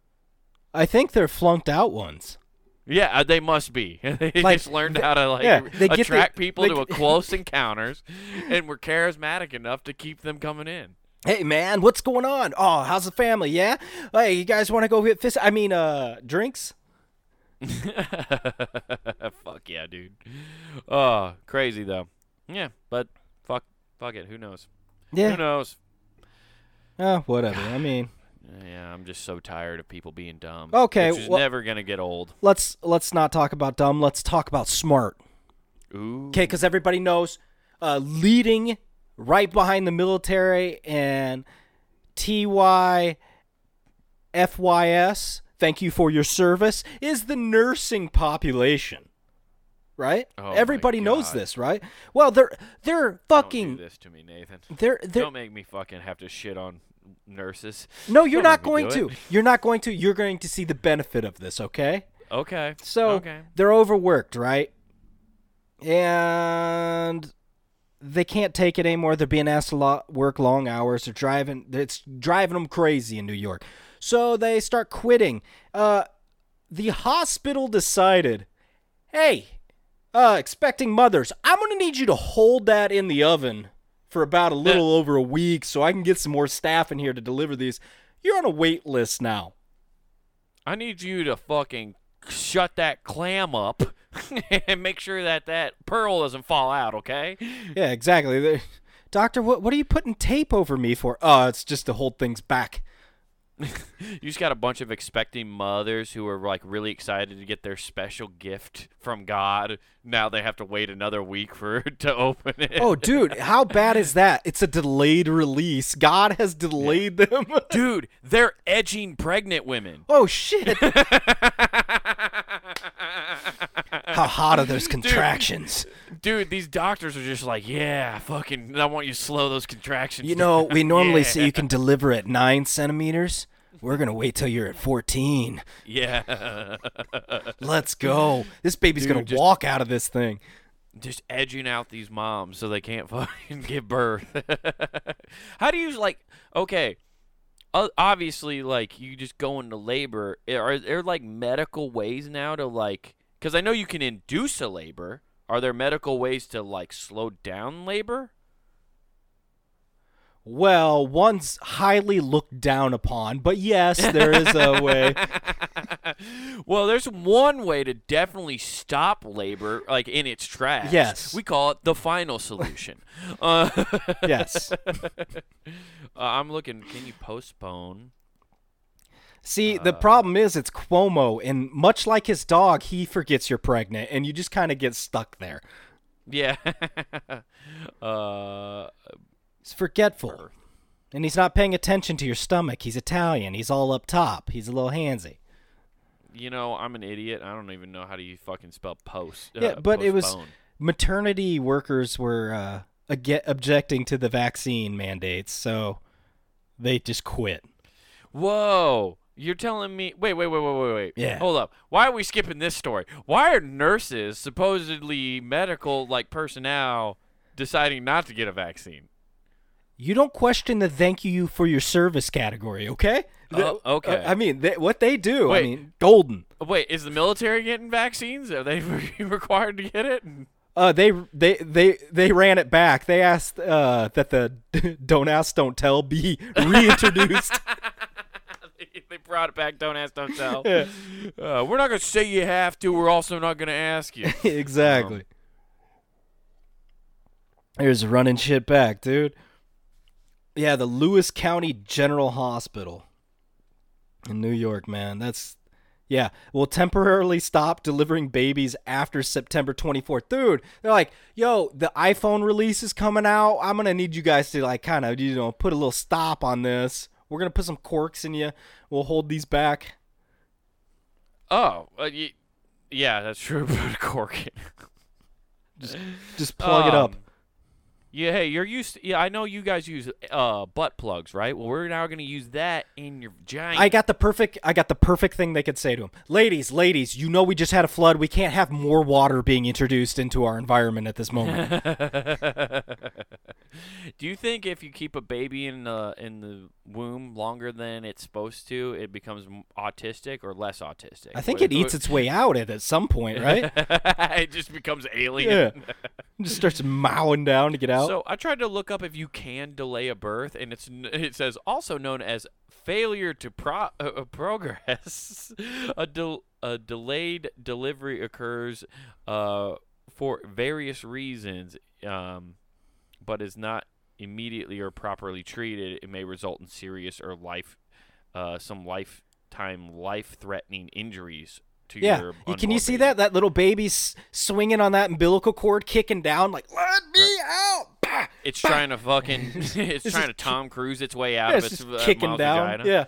A: I think they're flunked out ones.
B: Yeah, uh, they must be. they
A: Like,
B: just learned how to like
A: yeah, they get the-
B: attract people
A: they
B: to a
A: get-
B: close encounters, and were charismatic enough to keep them coming in.
A: Hey man, what's going on? Oh, how's the family? Yeah. Hey, you guys want to go get fist? I mean, uh, drinks.
B: fuck yeah, dude. Oh, crazy though. Yeah, but fuck, fuck it. Who knows? Who
A: Yeah.
B: knows?
A: Oh, whatever. I mean,
B: Yeah, I'm just so tired of people being dumb.
A: Okay,
B: which is
A: well-
B: never gonna get old.
A: let's let's not talk about dumb. Let's talk about smart.
B: Ooh,
A: Okay, because everybody knows uh, leading right behind the military and TY FYS, thank you for your service, is the nursing population. Right?
B: Oh my
A: everybody knows
B: God.
A: this, right? Well, they're they're
B: don't
A: fucking
B: do this to me, Nathan.
A: they're they're
B: Don't make me fucking have to shit on nurses.
A: No, you're
B: don't
A: not
B: make
A: going
B: me do
A: to. You're not going to. You're going to see the benefit of this, okay?
B: Okay.
A: So
B: okay.
A: they're overworked, right? And they can't take it anymore. They're being asked to lo- work long hours. They're driving. It's driving them crazy in New York. So they start quitting. Uh, the hospital decided, hey, uh, expecting mothers, I'm gonna need you to hold that in the oven for about a little over a week, so I can get some more staff in here to deliver these. You're on a wait list now.
B: I need you to fucking shut that clam up and make sure that that pearl doesn't fall out. Okay.
A: Yeah, exactly. They- Doctor, what what are you putting tape over me for? Oh, it's just to hold things back.
B: You just got a bunch of expecting mothers who are like really excited to get their special gift from God. Now they have to wait another week for to open it.
A: Oh, dude, how bad is that? It's a delayed release. God has delayed them.
B: dude, they're edging pregnant women.
A: oh shit! How hot are those contractions?
B: Dude, these doctors are just like, yeah, fucking, I want you to slow those contractions.
A: You know, we normally
B: Yeah.
A: say you can deliver at nine centimeters. We're gonna wait till you're at fourteen.
B: yeah,
A: Let's go. This baby's gonna
B: just-
A: walk out of this thing.
B: just edging out these moms so they can't fucking give birth. How do you like? Okay, o- obviously, like you just go into labor. Eh, Are there like medical ways now to like? Because I know you can induce a labor. Are there medical ways to like slow down labor?
A: Well, one's highly looked down upon, but yes, there is a way.
B: well, there's one way to definitely stop labor, like in its tracks.
A: Yes.
B: we call it the final solution. uh,
A: Yes.
B: I'm looking. Can you postpone?
A: See,
B: Uh.
A: the problem is it's Cuomo, and much like his dog, he forgets you're pregnant, and you just kind of get stuck there.
B: Yeah. uh,
A: It's forgetful. And he's not paying attention to your stomach. He's Italian. He's all up top. He's a little handsy.
B: You know, I'm an idiot. I don't even know how do you fucking spell post.
A: Yeah,
B: uh,
A: but it was
B: postpone.
A: maternity workers were uh, ag- objecting to the vaccine mandates, so they just quit.
B: Whoa. You're telling me wait, wait, wait, wait, wait, wait.
A: Yeah.
B: Hold up. Why are we skipping this story? Why are nurses, supposedly medical like personnel, deciding not to get a vaccine?
A: You don't question the thank you for your service category, okay?
B: Oh,
A: The-
B: okay.
A: I mean, they, what they do, I
B: Wait.
A: mean, golden.
B: Wait, is the military getting vaccines? Are they required to get it?
A: Uh, they they they they ran it back. They asked uh, that the "Don't Ask, Don't Tell" be reintroduced.
B: they brought it back. Don't ask, don't tell. Uh, we're not gonna say you have to. We're also not gonna ask you.
A: exactly. There's running shit back, dude. Yeah, the Lewis County General Hospital in New York, man. That's yeah. Will temporarily stop delivering babies after September 24th, dude. They're like, yo, the iPhone release is coming out. I'm gonna need you guys to like kind of you know put a little stop on this. We're gonna put some corks in you. We'll hold these back.
B: oh, uh, y- yeah, that's true. But Corkin.
A: Just plug it up.
B: Um, Yeah, hey, you're used. To, yeah, I know you guys use uh butt plugs, right? Well, we're now gonna use that in your vagina.
A: I got the perfect I got the perfect thing they could say to him. Ladies, ladies, you know we just had a flood. We can't have more water being introduced into our environment at this moment.
B: Do you think if you keep a baby in the in the womb longer than it's supposed to, it becomes m- autistic or less autistic?
A: I think
B: What-
A: it eats its way out at, at some point, right?
B: it just becomes alien.
A: Yeah. It just starts mowing down to get out.
B: So I tried to look up if you can delay a birth, and it's n- it says also known as failure to pro- uh, uh, progress. a, del- a delayed delivery occurs uh, for various reasons, um, but is not immediately or properly treated. It may result in serious or life uh, some lifetime life threatening injuries. To
A: yeah.
B: your
A: You- Can you
B: unborn
A: see
B: baby.
A: that? That little baby s- swinging on that umbilical cord, kicking down, like, let me out. Bah!
B: It's trying to fucking. It's, trying to Tom Cruise its way out
A: Yeah,
B: of
A: it's
B: its
A: just
B: uh,
A: kicking
B: mom's
A: down.
B: vagina.
A: Yeah.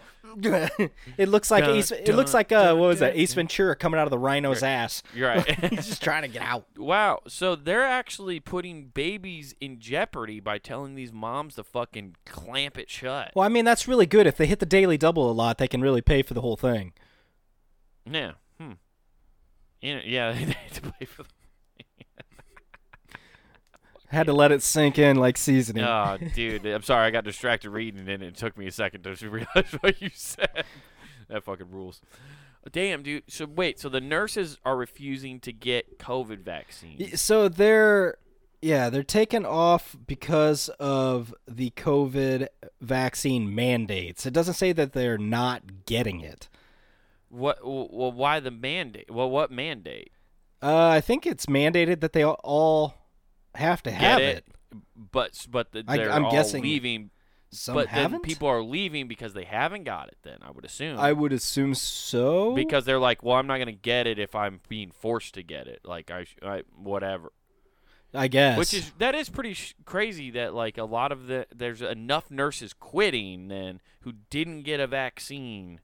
A: it looks like
B: Dun,
A: Ace, it
B: dun,
A: looks like uh
B: dun,
A: what was that?
B: dun,
A: Ace Ventura coming out of the rhino's ass.
B: You're
A: He's
B: right.
A: just trying to get out.
B: wow. So they're actually putting babies in jeopardy by telling these moms to fucking clamp it shut.
A: Well, I mean, that's really good. If they hit the daily double a lot, they can really pay for the whole thing.
B: Yeah. Hmm. Yeah. yeah they had to play for
A: Had to let it sink in like seasoning.
B: the- oh, dude. I'm sorry. I got distracted reading it, and it took me a second to realize what you said. That fucking rules. Damn, dude. So wait. So the nurses are refusing to get COVID vaccine.
A: So they're, yeah, they're taken off because of the COVID vaccine mandates. It doesn't say that they're not getting it.
B: What? Well, why the mandate? Well, what mandate?
A: Uh, I think it's mandated that they all- all have to have
B: Get
A: it.
B: it? But but the,
A: I-
B: they're
A: I'm
B: all
A: guessing
B: leaving.
A: Some
B: but
A: haven't.
B: then people are leaving because they haven't got it. Then I would assume.
A: I would assume so.
B: because they're like, well, I'm not gonna get it if I'm being forced to get it. Like I, sh- I whatever.
A: I guess.
B: Which is that is pretty sh- crazy that like a lot of the there's enough nurses quitting then who didn't get a vaccine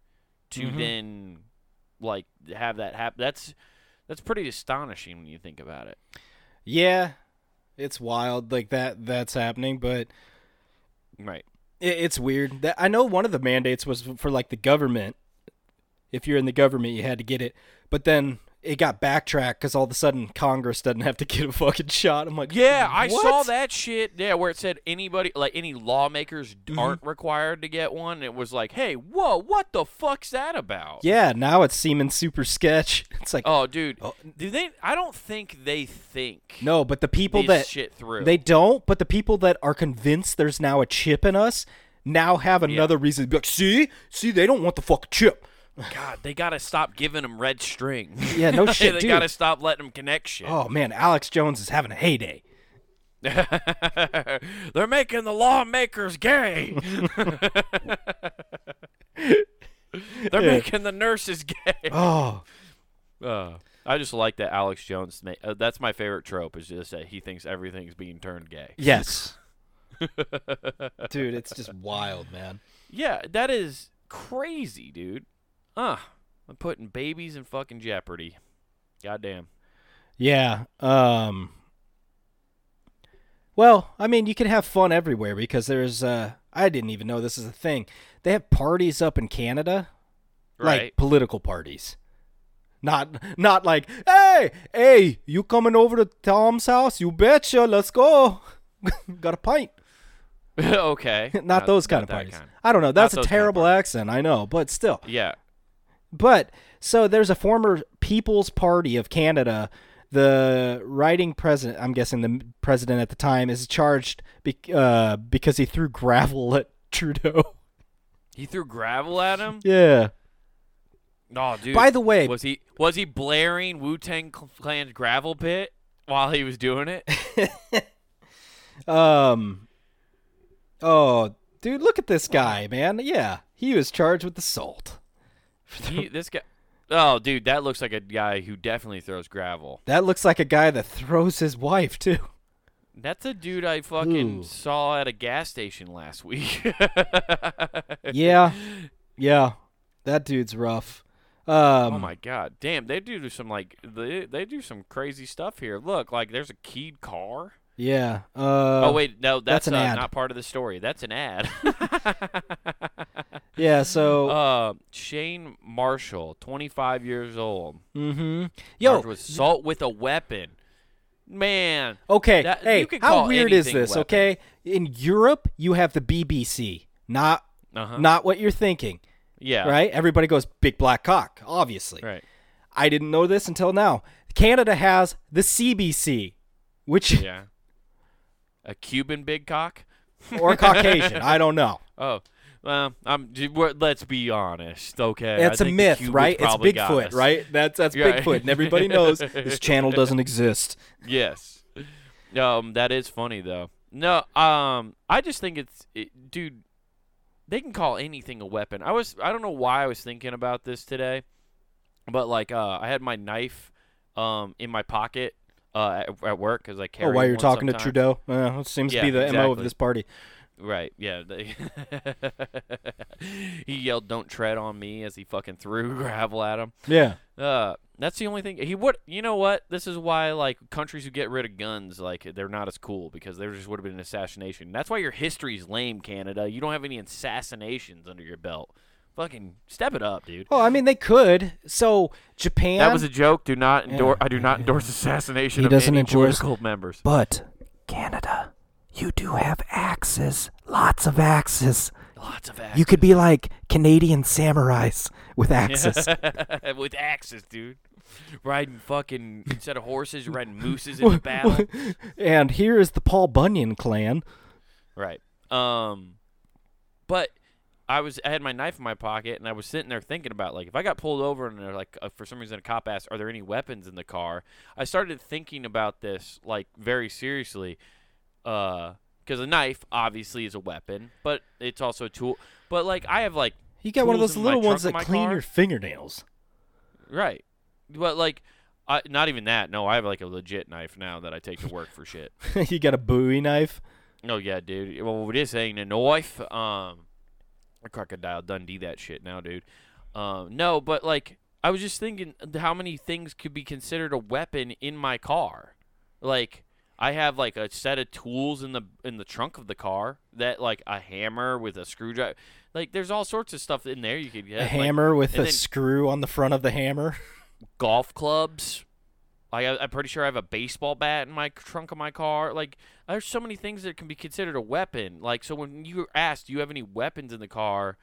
B: to
A: Mhm.
B: then like have that happen. That's that's pretty astonishing when you think about it.
A: yeah, it's wild like that. That's happening, but
B: Right.
A: It, it's weird. That I know one of the mandates was for like the government. If you're in the government, you had to get it. But then it got backtracked because all of a sudden Congress doesn't have to get a fucking shot. I'm like,
B: Yeah, I
A: "What?"
B: saw that shit. Yeah, where it said anybody, like any lawmakers,
A: Mm-hmm.
B: aren't required to get one. It was like, hey, whoa, what the fuck's that about?
A: Yeah, now it's seeming super sketch. It's like,
B: Oh, dude,
A: Oh.
B: do they? I don't think they think
A: no, but the people
B: this
A: that
B: shit through.
A: they don't, but the people that are convinced there's now a chip in us now have another reason to be like, see, see, they don't want the fucking chip.
B: God, they gotta stop giving them red string.
A: Yeah, no
B: Like,
A: shit,
B: they
A: dude.
B: gotta stop letting them connect shit.
A: Oh man, Alex Jones is having a heyday.
B: They're making the lawmakers gay. They're making the nurses gay.
A: Oh,
B: Uh, I just like that Alex Jones. Ma- uh, that's my favorite trope. Is just that he thinks everything's being turned gay.
A: yes. dude. It's just wild, man.
B: Yeah, that is crazy, dude. Uh, I'm putting babies in fucking jeopardy. Goddamn.
A: Yeah. Um. Well, I mean, you can have fun everywhere because there's. Uh, I didn't even know this is a thing. They have parties up in Canada,
B: Right.
A: like political parties. Not, not like, hey, hey, you coming over to Tom's house? You betcha. Let's go. Got a pint.
B: okay.
A: Not, those kind of
B: that
A: parties.
B: kind.
A: I don't know. That's a
B: those kind of
A: terrible accent. I know, but still.
B: Yeah.
A: But so there's a former People's Party of Canada. The writing president, I'm guessing the m- president at the time, is charged be- uh, because he threw gravel at Trudeau.
B: He threw gravel at him.
A: yeah.
B: Oh, dude.
A: By the way,
B: was he was he blaring Wu Tang Clan's gravel pit while he was doing it?
A: um, oh, dude, look at this guy, man. Yeah, he was charged with assault.
B: He, this guy. Oh, dude, that looks like a guy who definitely throws gravel.
A: That looks like a guy that throws his wife too.
B: That's a dude I fucking
A: Ooh.
B: saw at a gas station last week.
A: yeah, yeah, that dude's rough. Um,
B: Oh my god, damn! They do do some like they, they do some crazy stuff here. Look, like there's a keyed car.
A: yeah. Uh,
B: oh wait, no, that's,
A: that's an
B: uh,
A: ad.
B: not part of the story. That's an ad.
A: yeah. So
B: uh, Shane Marshall, 25 years old,
A: Mm-hmm.
B: charged
A: Yo,
B: with assault with a weapon. Man,
A: okay.
B: that-
A: hey,
B: you could
A: how
B: call
A: weird is
B: anything
A: this?
B: weapon.
A: Okay, in Europe you have the BBC, not
B: uh-huh.
A: not what you're thinking,
B: yeah,
A: right? Everybody goes big black cock, obviously.
B: right.
A: I didn't know this until now. Canada has the CBC, which
B: Yeah. A Cuban big cock?
A: or Caucasian, I don't know.
B: Oh, well, I'm. j- we're- Let's be honest, okay? I
A: It's a
B: think the
A: myth,
B: Cubans
A: right? It's
B: probably got
A: Bigfoot,
B: us.
A: right? That's that's
B: Yeah.
A: Bigfoot, and everybody knows this channel doesn't exist. Oh,
B: Yes. Um, that is funny though. No, um, I just think it's, it, dude. They can call anything a weapon. I was, I don't know why I was thinking about this today, but like, uh, I had my knife, um, in my pocket, uh, at, at work because I carry.
A: Oh, while you're
B: one
A: talking
B: sometimes.
A: to Trudeau, uh, it seems
B: Yeah,
A: to be the mo of
B: exactly.
A: this party.
B: Right. Yeah. They he yelled, "Don't tread on me!" as he fucking threw gravel at him.
A: Yeah,
B: Uh, that's the only thing he would. You know what? This is why like countries who get rid of guns, like they're not as cool because there just would have been an assassination. That's why your history's lame, Canada. You don't have any assassinations under your belt. Fucking step it up, dude.
A: Well, I mean, they could. So Japan.
B: That was a joke. Do not endorse.
A: Yeah.
B: I do not endorse assassination
A: He
B: of
A: doesn't
B: any
A: endorse-
B: political members.
A: but Canada, you do have axes, lots of axes.
B: Lots of
A: You could be like Canadian samurais with axes.
B: axes. with axes, dude. Riding fucking instead of horses, you're riding mooses in the battle.
A: and here is the Paul Bunyan clan.
B: Right. Um, but I was I had my knife in my pocket and I was sitting there thinking about like if I got pulled over and they're like uh, for some reason a cop asked are there any weapons in the car I started thinking about this like very seriously because a knife obviously is a weapon but it's also a tool but like I have like
A: You got one of
B: tools
A: those
B: in my
A: little ones
B: trunk
A: that
B: of my
A: clean
B: car.
A: your fingernails.
B: Right. But like, I, not even that. No, I have like a legit knife now that I take to work for shit.
A: you got a Bowie knife.
B: No, Oh, yeah, dude. Well, this ain't a knife. Um, a crocodile Dundee that shit now, dude. Um, no, but like, I was just thinking how many things could be considered a weapon in my car. Like, I have like a set of tools in the in the trunk of the car that like a hammer with a screwdriver. Like, there's all sorts of stuff in there you could get.
A: a
B: like-
A: hammer with a
B: and then-
A: screw on the front of the hammer.
B: golf clubs. Like I, I'm pretty sure I have a baseball bat in my c- trunk of my car. Like there's so many things that can be considered a weapon. Like so when you were asked, do you have any weapons in the car?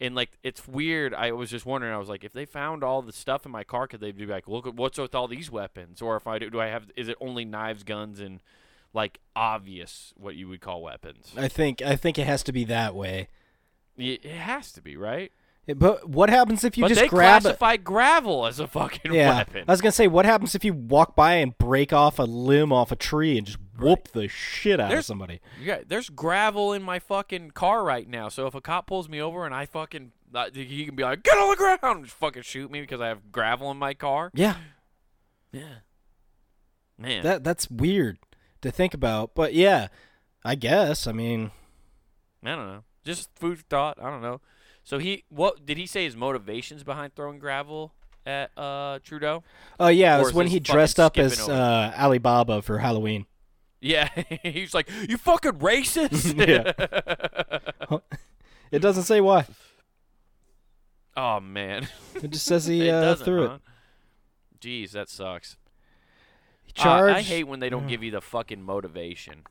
B: And like it's weird. I was just wondering. I was like, if they found all the stuff in my car, could they be like, look, at what's with all these weapons? Or if I do, do I have? Is it only knives, guns, and like obvious what you would call weapons?
A: I think I think it has to be that way.
B: Y- It has to be right.
A: But what happens if you
B: but
A: just
B: they
A: grab it?
B: classify gravel as a fucking weapon.
A: I was gonna say, what happens if you walk by and break off a limb off a tree and just whoop the shit out of
B: There's-
A: somebody?
B: Yeah, there's gravel in my fucking car right now. So if a cop pulls me over and I fucking, uh, he can be like, "Get on the ground!" and just fucking shoot me because I have gravel in my car.
A: Yeah,
B: Yeah, man.
A: that that's weird to think about, but yeah, I guess. I mean,
B: I don't know. Just food for thought. I don't know. So he what did he say his motivations behind throwing gravel at uh Trudeau?
A: oh yeah, it
B: Or
A: was
B: is
A: when
B: this
A: he
B: fucking
A: dressed up
B: skipping
A: as
B: over?
A: uh, Alibaba for Halloween.
B: Yeah, he was like, "You fucking racist."
A: It doesn't say why.
B: oh man.
A: It just says
B: It
A: he uh,
B: doesn't,
A: threw
B: huh?
A: it.
B: Jeez, that sucks.
A: He
B: Uh, I
A: charged-
B: hate when they don't give you the fucking motivation.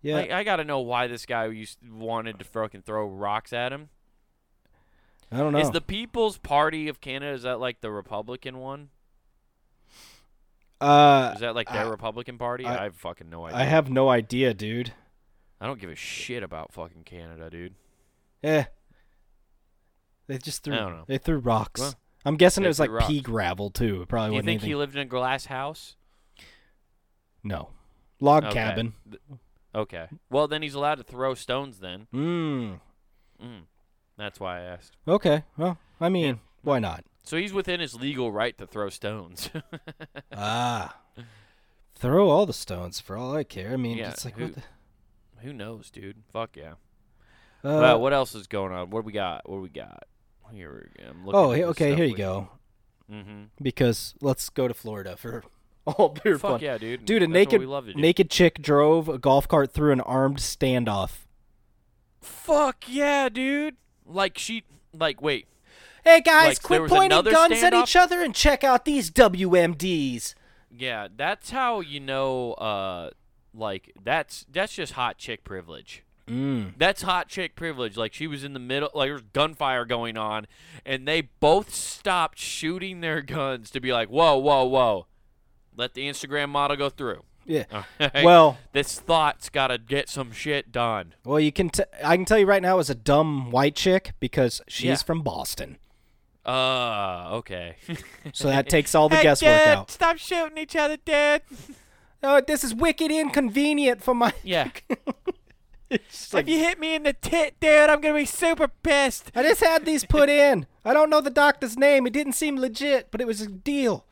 A: Yeah,
B: Like, I got to know why this guy used, wanted to fucking throw rocks at him.
A: I don't know.
B: Is the People's Party of Canada is that like the Republican one?
A: uh,
B: Is that like their
A: I-
B: Republican Party?
A: I-
B: I, have fucking no idea.
A: I have no idea, dude.
B: I don't give a shit about fucking Canada, dude.
A: Eh. They just threw.
B: I don't know.
A: They threw rocks.
B: Well,
A: I'm guessing
B: they
A: it was like
B: threw
A: pea
B: rocks.
A: gravel too. It probably
B: Do you
A: wasn't
B: think
A: anything.
B: he lived in a glass house?
A: No, log
B: Okay.
A: cabin.
B: Okay. Well, then he's allowed to throw stones. Then
A: Mm.
B: mm. that's why I asked.
A: Okay. Well, I mean, why not?
B: So he's within his legal right to throw stones.
A: ah. Throw all the stones for all I care. I mean,
B: Yeah,
A: it's like
B: who-
A: what the.
B: Who knows, dude? Fuck yeah.
A: Uh,
B: well, what else is going on? What do we got? What do we got? Here we go. I'm looking
A: oh,
B: at
A: he-
B: this
A: okay.
B: stuff
A: Here you
B: we-
A: go.
B: Mhm.
A: Because let's go to Florida for all beer
B: Fuck
A: fun.
B: yeah, dude.
A: Dude, a
B: That's what
A: naked
B: we love to do.
A: naked chick drove a golf cart through an armed standoff.
B: Fuck yeah, dude. Like she, like wait,
A: Hey guys,
B: Like, there
A: quit
B: was
A: pointing
B: another
A: guns at
B: standoff?
A: each other and check out these WMDs.
B: yeah. That's how you know. Uh, like that's that's just hot chick privilege.
A: Mm.
B: That's hot chick privilege. Like she was in the middle, like there was gunfire going on, and they both stopped shooting their guns to be like, whoa, whoa, whoa, let the Instagram model go through.
A: Yeah.
B: All right?
A: Well,
B: this thought's got to get some shit done.
A: well, you can. T- I can tell you right now, is a dumb white chick because she's
B: Yeah.
A: from Boston,
B: Uh, okay.
A: so that takes all the guesswork out.
B: Stop shooting each other, Dad.
A: Oh, this is wicked inconvenient for my.
B: Yeah.
A: It's just like,
B: if you hit me in the tit, dude, I'm gonna be super pissed.
A: I just had these put in. I don't know the doctor's name. It didn't seem legit, but it was a deal.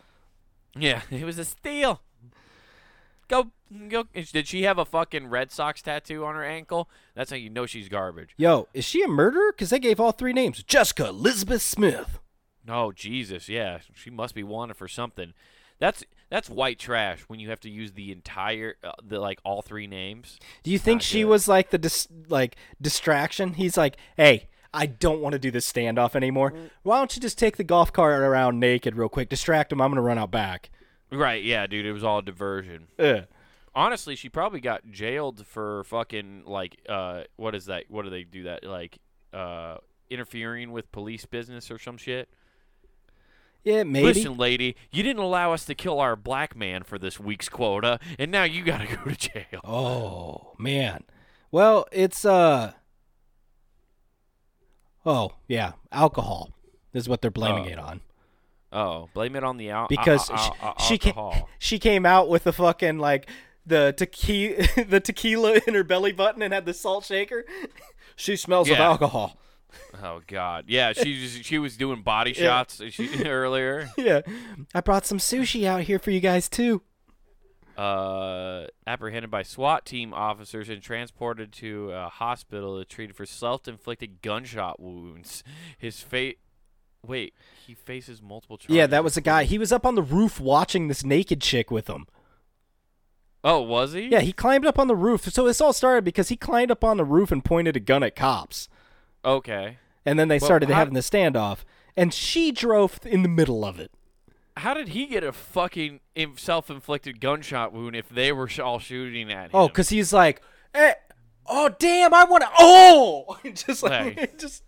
B: Yeah, it was a steal. Go, go. Did she have a fucking Red Sox tattoo on her ankle? That's how you know she's garbage.
A: Yo, is she a murderer? Because they gave all three names: Jessica Elizabeth Smith.
B: Oh Jesus, yeah, she must be wanted for something. That's that's white trash when you have to use the entire, uh, the like all three names.
A: Do you think
B: not
A: she
B: good.
A: was like the dis- like distraction? He's like, "Hey, I don't want to do this standoff anymore. Why don't you just take the golf cart around naked real quick? Distract him. I'm gonna run out back."
B: Right? Yeah, dude, it was all diversion.
A: Ugh.
B: honestly, she probably got jailed for fucking like uh what is that? What do they do that like uh interfering with police business or some shit?
A: Yeah, maybe.
B: Listen, lady, you didn't allow us to kill our black man for this week's quota, and now you gotta go to jail.
A: Oh man. Well, it's uh. Oh yeah, alcohol is what they're blaming
B: Oh.
A: it on
B: Oh, blame it on the al-
A: because
B: al-
A: she,
B: al- al-
A: she came
B: uh, alcohol.
A: she came out with the fucking like the tequila the tequila in her belly button and had the salt shaker. she smells of
B: Yeah.
A: alcohol.
B: Oh God, yeah, she was- she was doing body shots uh, she, earlier.
A: Yeah. I brought some sushi out here for you guys too.
B: uh, apprehended by SWAT team officers and transported to a hospital to treat for self-inflicted gunshot wounds. His fate. Wait, he faces multiple charges.
A: Yeah, that was a guy. He was up on the roof watching this naked chick with him.
B: Oh, was he?
A: Yeah, he climbed up on the roof. So this all started because he climbed up on the roof and pointed a gun at cops.
B: Okay.
A: And then they
B: Well,
A: started
B: how-
A: having the standoff. And she drove th- in the middle of it.
B: How did he get a fucking in- self-inflicted gunshot wound if they were sh- all shooting at him?
A: Oh, because he's like, eh, oh, damn, I want to. Oh! just like,
B: Right.
A: just.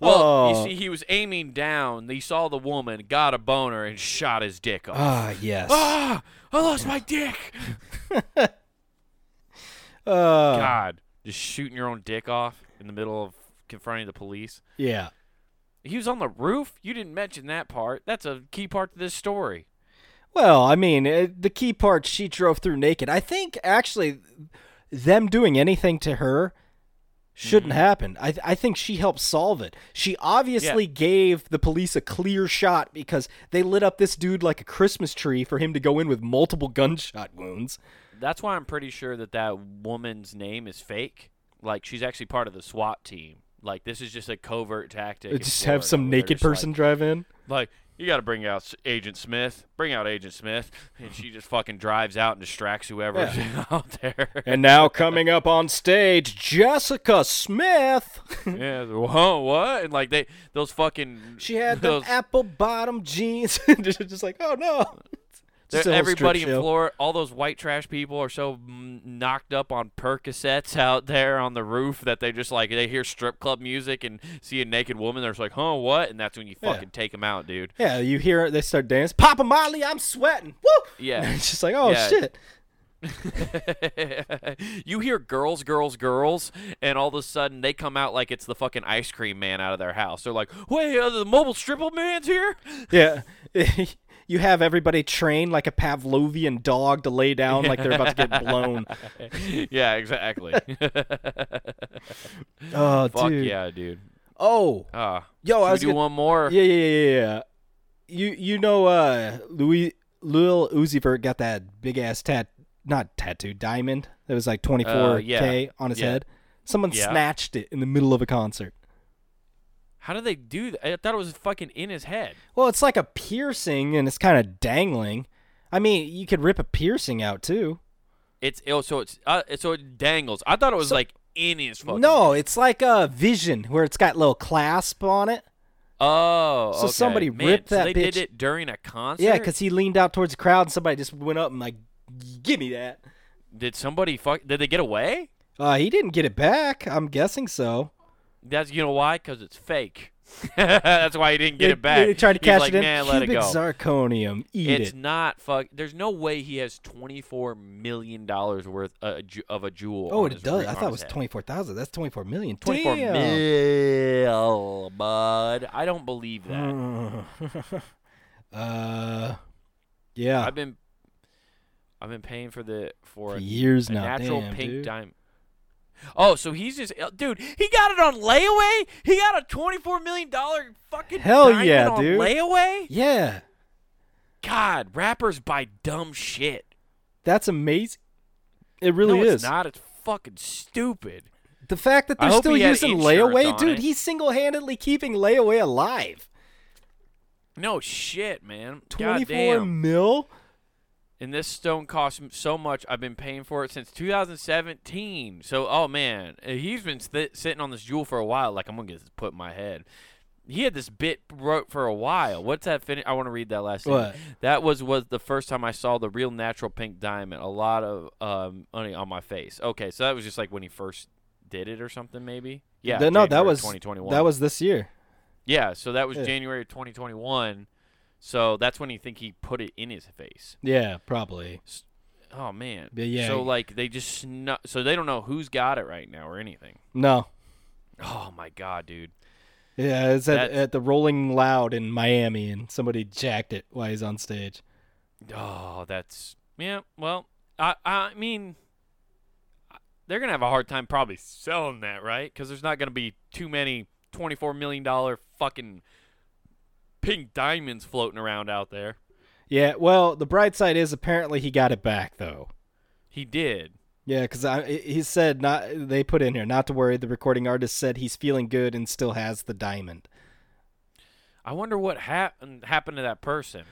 B: well,
A: Oh.
B: you see, he was aiming down. He saw the woman, got a boner, and shot his dick off.
A: Ah, yes.
B: Ah! I lost my dick.
A: Uh,
B: God, just shooting your own dick off in the middle of confronting the police.
A: yeah.
B: He was on the roof. You didn't mention that part. That's a key part to this story.
A: Well, I mean, uh the key part she drove through naked. I think actually, them doing anything to her shouldn't happen. I I think she helped solve it. She obviously gave the police a clear shot because they lit up this dude like a Christmas tree for him to go in with multiple gunshot wounds.
B: that's why I'm pretty sure that that woman's name is fake. Like she's actually part of the SWAT team. Like this is just a covert tactic. in
A: Just
B: Florida
A: have some
B: where they're
A: naked
B: just like-
A: person drive in.
B: Like you got to bring out S- Agent Smith. Bring out Agent Smith, and she just fucking drives out and distracts whoever's out there.
A: And now coming up on stage, Jessica Smith.
B: yeah. Whoa. What? And like they those fucking
A: She had the
B: those,
A: apple bottom jeans. just just like, oh no.
B: They're-
A: Just a whole strip
B: everybody in
A: show.
B: Florida, all those white trash people are so mm, knocked up on Percocets out there on the roof that they just like they hear strip club music and see a naked woman. They're just like, "Huh, what?" And that's when you
A: Yeah.
B: fucking take 'em take them out, dude.
A: Yeah, you hear it, they start dancing. Papa Molly, I'm sweating. Woo!
B: Yeah.
A: And it's just like, oh
B: Yeah.
A: shit.
B: you hear girls, girls, girls, and all of a sudden they come out like it's the fucking ice cream man out of their house. They're like, "Wait, uh, the mobile stripper man's here!"
A: Yeah. you have everybody trained like a Pavlovian dog to lay down like they're about to get blown.
B: yeah, exactly.
A: Oh,
B: Fuck
A: dude.
B: yeah, dude.
A: Oh,
B: Ah,
A: yo, I
B: should we
A: was
B: do
A: gonna-
B: one more?
A: Yeah, yeah, yeah, yeah, yeah. You you know, uh, Louis Lil Uzi Vert got that big ass tat, not tattoo, diamond that was like twenty four k
B: Uh, yeah.
A: on his
B: Yeah.
A: head. Someone
B: Yeah.
A: snatched it in the middle of a concert.
B: How do they do that? I thought it was fucking in his head.
A: Well, it's like a piercing and it's kind of dangling. I mean, you could rip a piercing out too.
B: It's oh, so it's uh, so it dangles. I thought it was
A: So-
B: like in his fucking.
A: No, it's like a vision where it's got little clasp on it.
B: Oh.
A: So
B: okay.
A: somebody
B: Man,
A: ripped
B: so
A: that
B: they did
A: bitch-
B: it during a concert.
A: Yeah, 'cause Yeah, because he leaned out towards the crowd and somebody just went up and like, give me that.
B: did somebody fuck? Did they get away?
A: Uh, he didn't get it back. I'm guessing so.
B: That's you know why? Because it's fake. That's why he didn't get it back.
A: They tried to
B: He's
A: cash
B: like,
A: it in.
B: Man, let it
A: Cubic
B: go.
A: zirconium. Eat
B: it's
A: it.
B: not fuck. There's no way he has twenty four million dollars worth uh, ju- of a jewel.
A: Oh,
B: on
A: it
B: his
A: does.
B: ring-
A: I
B: on
A: thought it
B: his
A: was
B: head.
A: twenty four thousand. That's twenty four million.
B: 24
A: Damn.
B: mil, bud. I don't believe that.
A: Mm. uh, yeah.
B: I've been I've been paying for the for
A: For
B: a,
A: years
B: a
A: now.
B: natural
A: Damn,
B: pink
A: dude.
B: diamond. Oh, so he's just dude. He got it on layaway. He got a twenty-four million dollar fucking
A: Hell
B: diamond
A: yeah,
B: on
A: dude.
B: layaway.
A: yeah,
B: God, rappers buy dumb shit.
A: that's amazing. It really
B: no,
A: is.
B: It's not. It's fucking stupid.
A: The fact that
B: I
A: they're
B: hope
A: still
B: he had
A: using
B: insurance
A: layaway,
B: on
A: dude.
B: it.
A: He's single handedly keeping layaway alive.
B: No shit, man.
A: Twenty four
B: Goddamn.
A: mil.
B: And this stone costs m- so much. I've been paying for it since 2017. So, oh man, Uh, he's been sti- sitting on this jewel for a while. Like I'm gonna get this put in my head. He had this bit wrote for a while. What's that finish? I want to read that last. thing.
A: What?
B: That was was the first time I saw the real natural pink diamond. A lot of um money on my face. Okay, so that was just like when he first did it or something, maybe. Yeah.
A: Th- no, that
B: January
A: was
B: 2021.
A: That was this year.
B: Yeah, so that was
A: Yeah.
B: January of 2021. So that's when you think he put it in his face.
A: Yeah, probably.
B: Oh man.
A: But yeah,
B: So
A: he-
B: like they just snu- so they don't know who's got it right now or anything.
A: No.
B: Oh my god, dude.
A: Yeah, it's at,
B: That's-
A: at the Rolling Loud in Miami, and somebody jacked it while he's on stage.
B: Oh, that's yeah. Well, I I mean, they're gonna have a hard time probably selling that, right? Because there's not gonna be too many twenty-four million dollar fucking pink diamonds floating around out there.
A: Yeah, well, the bright side is apparently he got it back though.
B: He did.
A: Yeah, because he said not. They put in here not to worry. The recording artist said he's feeling good and still has the diamond.
B: I wonder what happened happened to that person.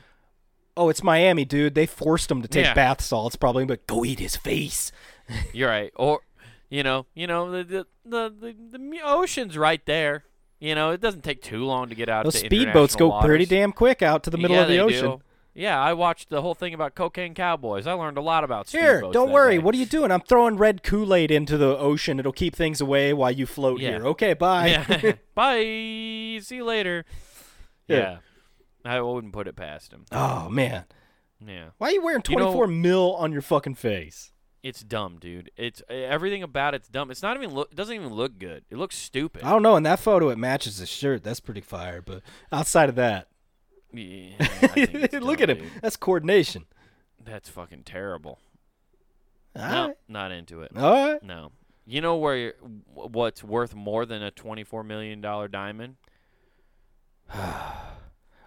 A: Oh, it's Miami, dude. They forced him to take
B: Yeah.
A: bath salts, probably, but go eat his face.
B: You're right. Or, you know, you know the the the, the, the mu- ocean's right there. You know, it doesn't take too long to get out.
A: Those
B: to
A: speedboats go
B: international waters.
A: pretty damn quick out to the middle
B: yeah,
A: of the
B: they
A: ocean.
B: do. Yeah, I watched the whole thing about cocaine cowboys. I learned a lot about
A: Here,
B: speedboats
A: don't
B: that
A: worry.
B: day.
A: What are you doing? I'm throwing red Kool Aid into the ocean. It'll keep things away while you float
B: Yeah.
A: here. Okay, bye.
B: Yeah. Bye. See you later.
A: Yeah.
B: Yeah. I wouldn't put it past him.
A: oh man,
B: Yeah.
A: why are you wearing
B: You know-
A: 24 mil on your fucking face?
B: It's dumb, dude. It's e, everything about it's dumb. It's not even look. It doesn't even look good. It looks stupid.
A: I don't know. In that photo, it matches his shirt. That's pretty fire. But outside of that,
B: Yeah, I think it's
A: look
B: dumb,
A: at him.
B: dude.
A: That's coordination.
B: That's fucking terrible.
A: All
B: no,
A: right.
B: not into it.
A: All right.
B: No. You know where you're- wh- what's worth more than a twenty-four million dollar diamond?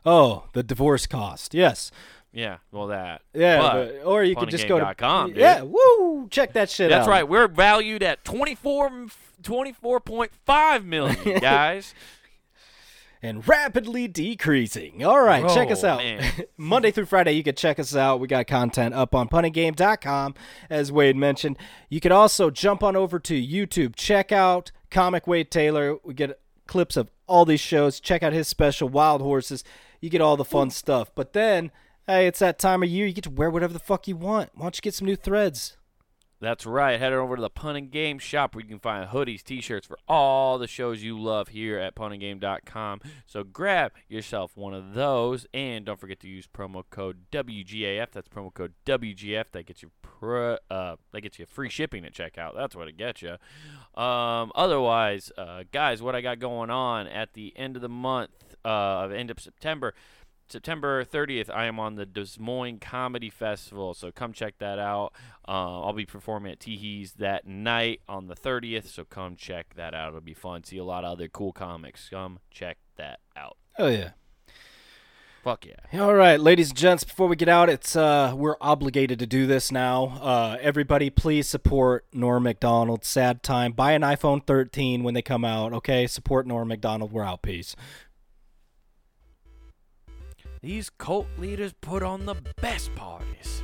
A: Oh, the divorce cost. Yes.
B: Yeah, well that.
A: Yeah.
B: But
A: but- or you could just go to
B: funnygame.com, dude.
A: Yeah. Woo! Check that shit
B: That's
A: out.
B: right. We're valued at 24 24.5 million, guys.
A: and rapidly decreasing. All right, check us
B: Oh,
A: out.
B: man.
A: Monday through Friday, you can check us out. We got content up on punninggame.com, as Wade mentioned. You could also jump on over to YouTube, check out Comic Wade Taylor. We get clips of all these shows. Check out his special, Wild Horses. You get all the fun stuff. But then, hey, it's that time of year. You get to wear whatever the fuck you want. Why don't you get some new threads?
B: That's right. Head over to the Pun and Game shop where you can find hoodies, t-shirts for all the shows you love here at punandgame.com. So grab yourself one of those and don't forget to use promo code WGAF. That's promo code WGAF. That gets you pro, uh, that gets you free shipping at checkout. That's what it gets you. Um, otherwise, uh, guys, what I got going on at the end of the month uh, of end of September September 30th, I am on the Des Moines Comedy Festival, so come check that out. Uh, I'll be performing at Teehee's that night on the 30th, so come check that out. It'll be fun. See a lot of other cool comics. Come check that out.
A: Oh, yeah.
B: Fuck yeah.
A: All right, ladies and gents, before we get out, it's uh we're obligated to do this now. Uh everybody please support Norm McDonald. Sad time. Buy an iPhone 13 when they come out, okay? Support Norm McDonald. We're out. Peace.
B: These cult leaders put on the best parties.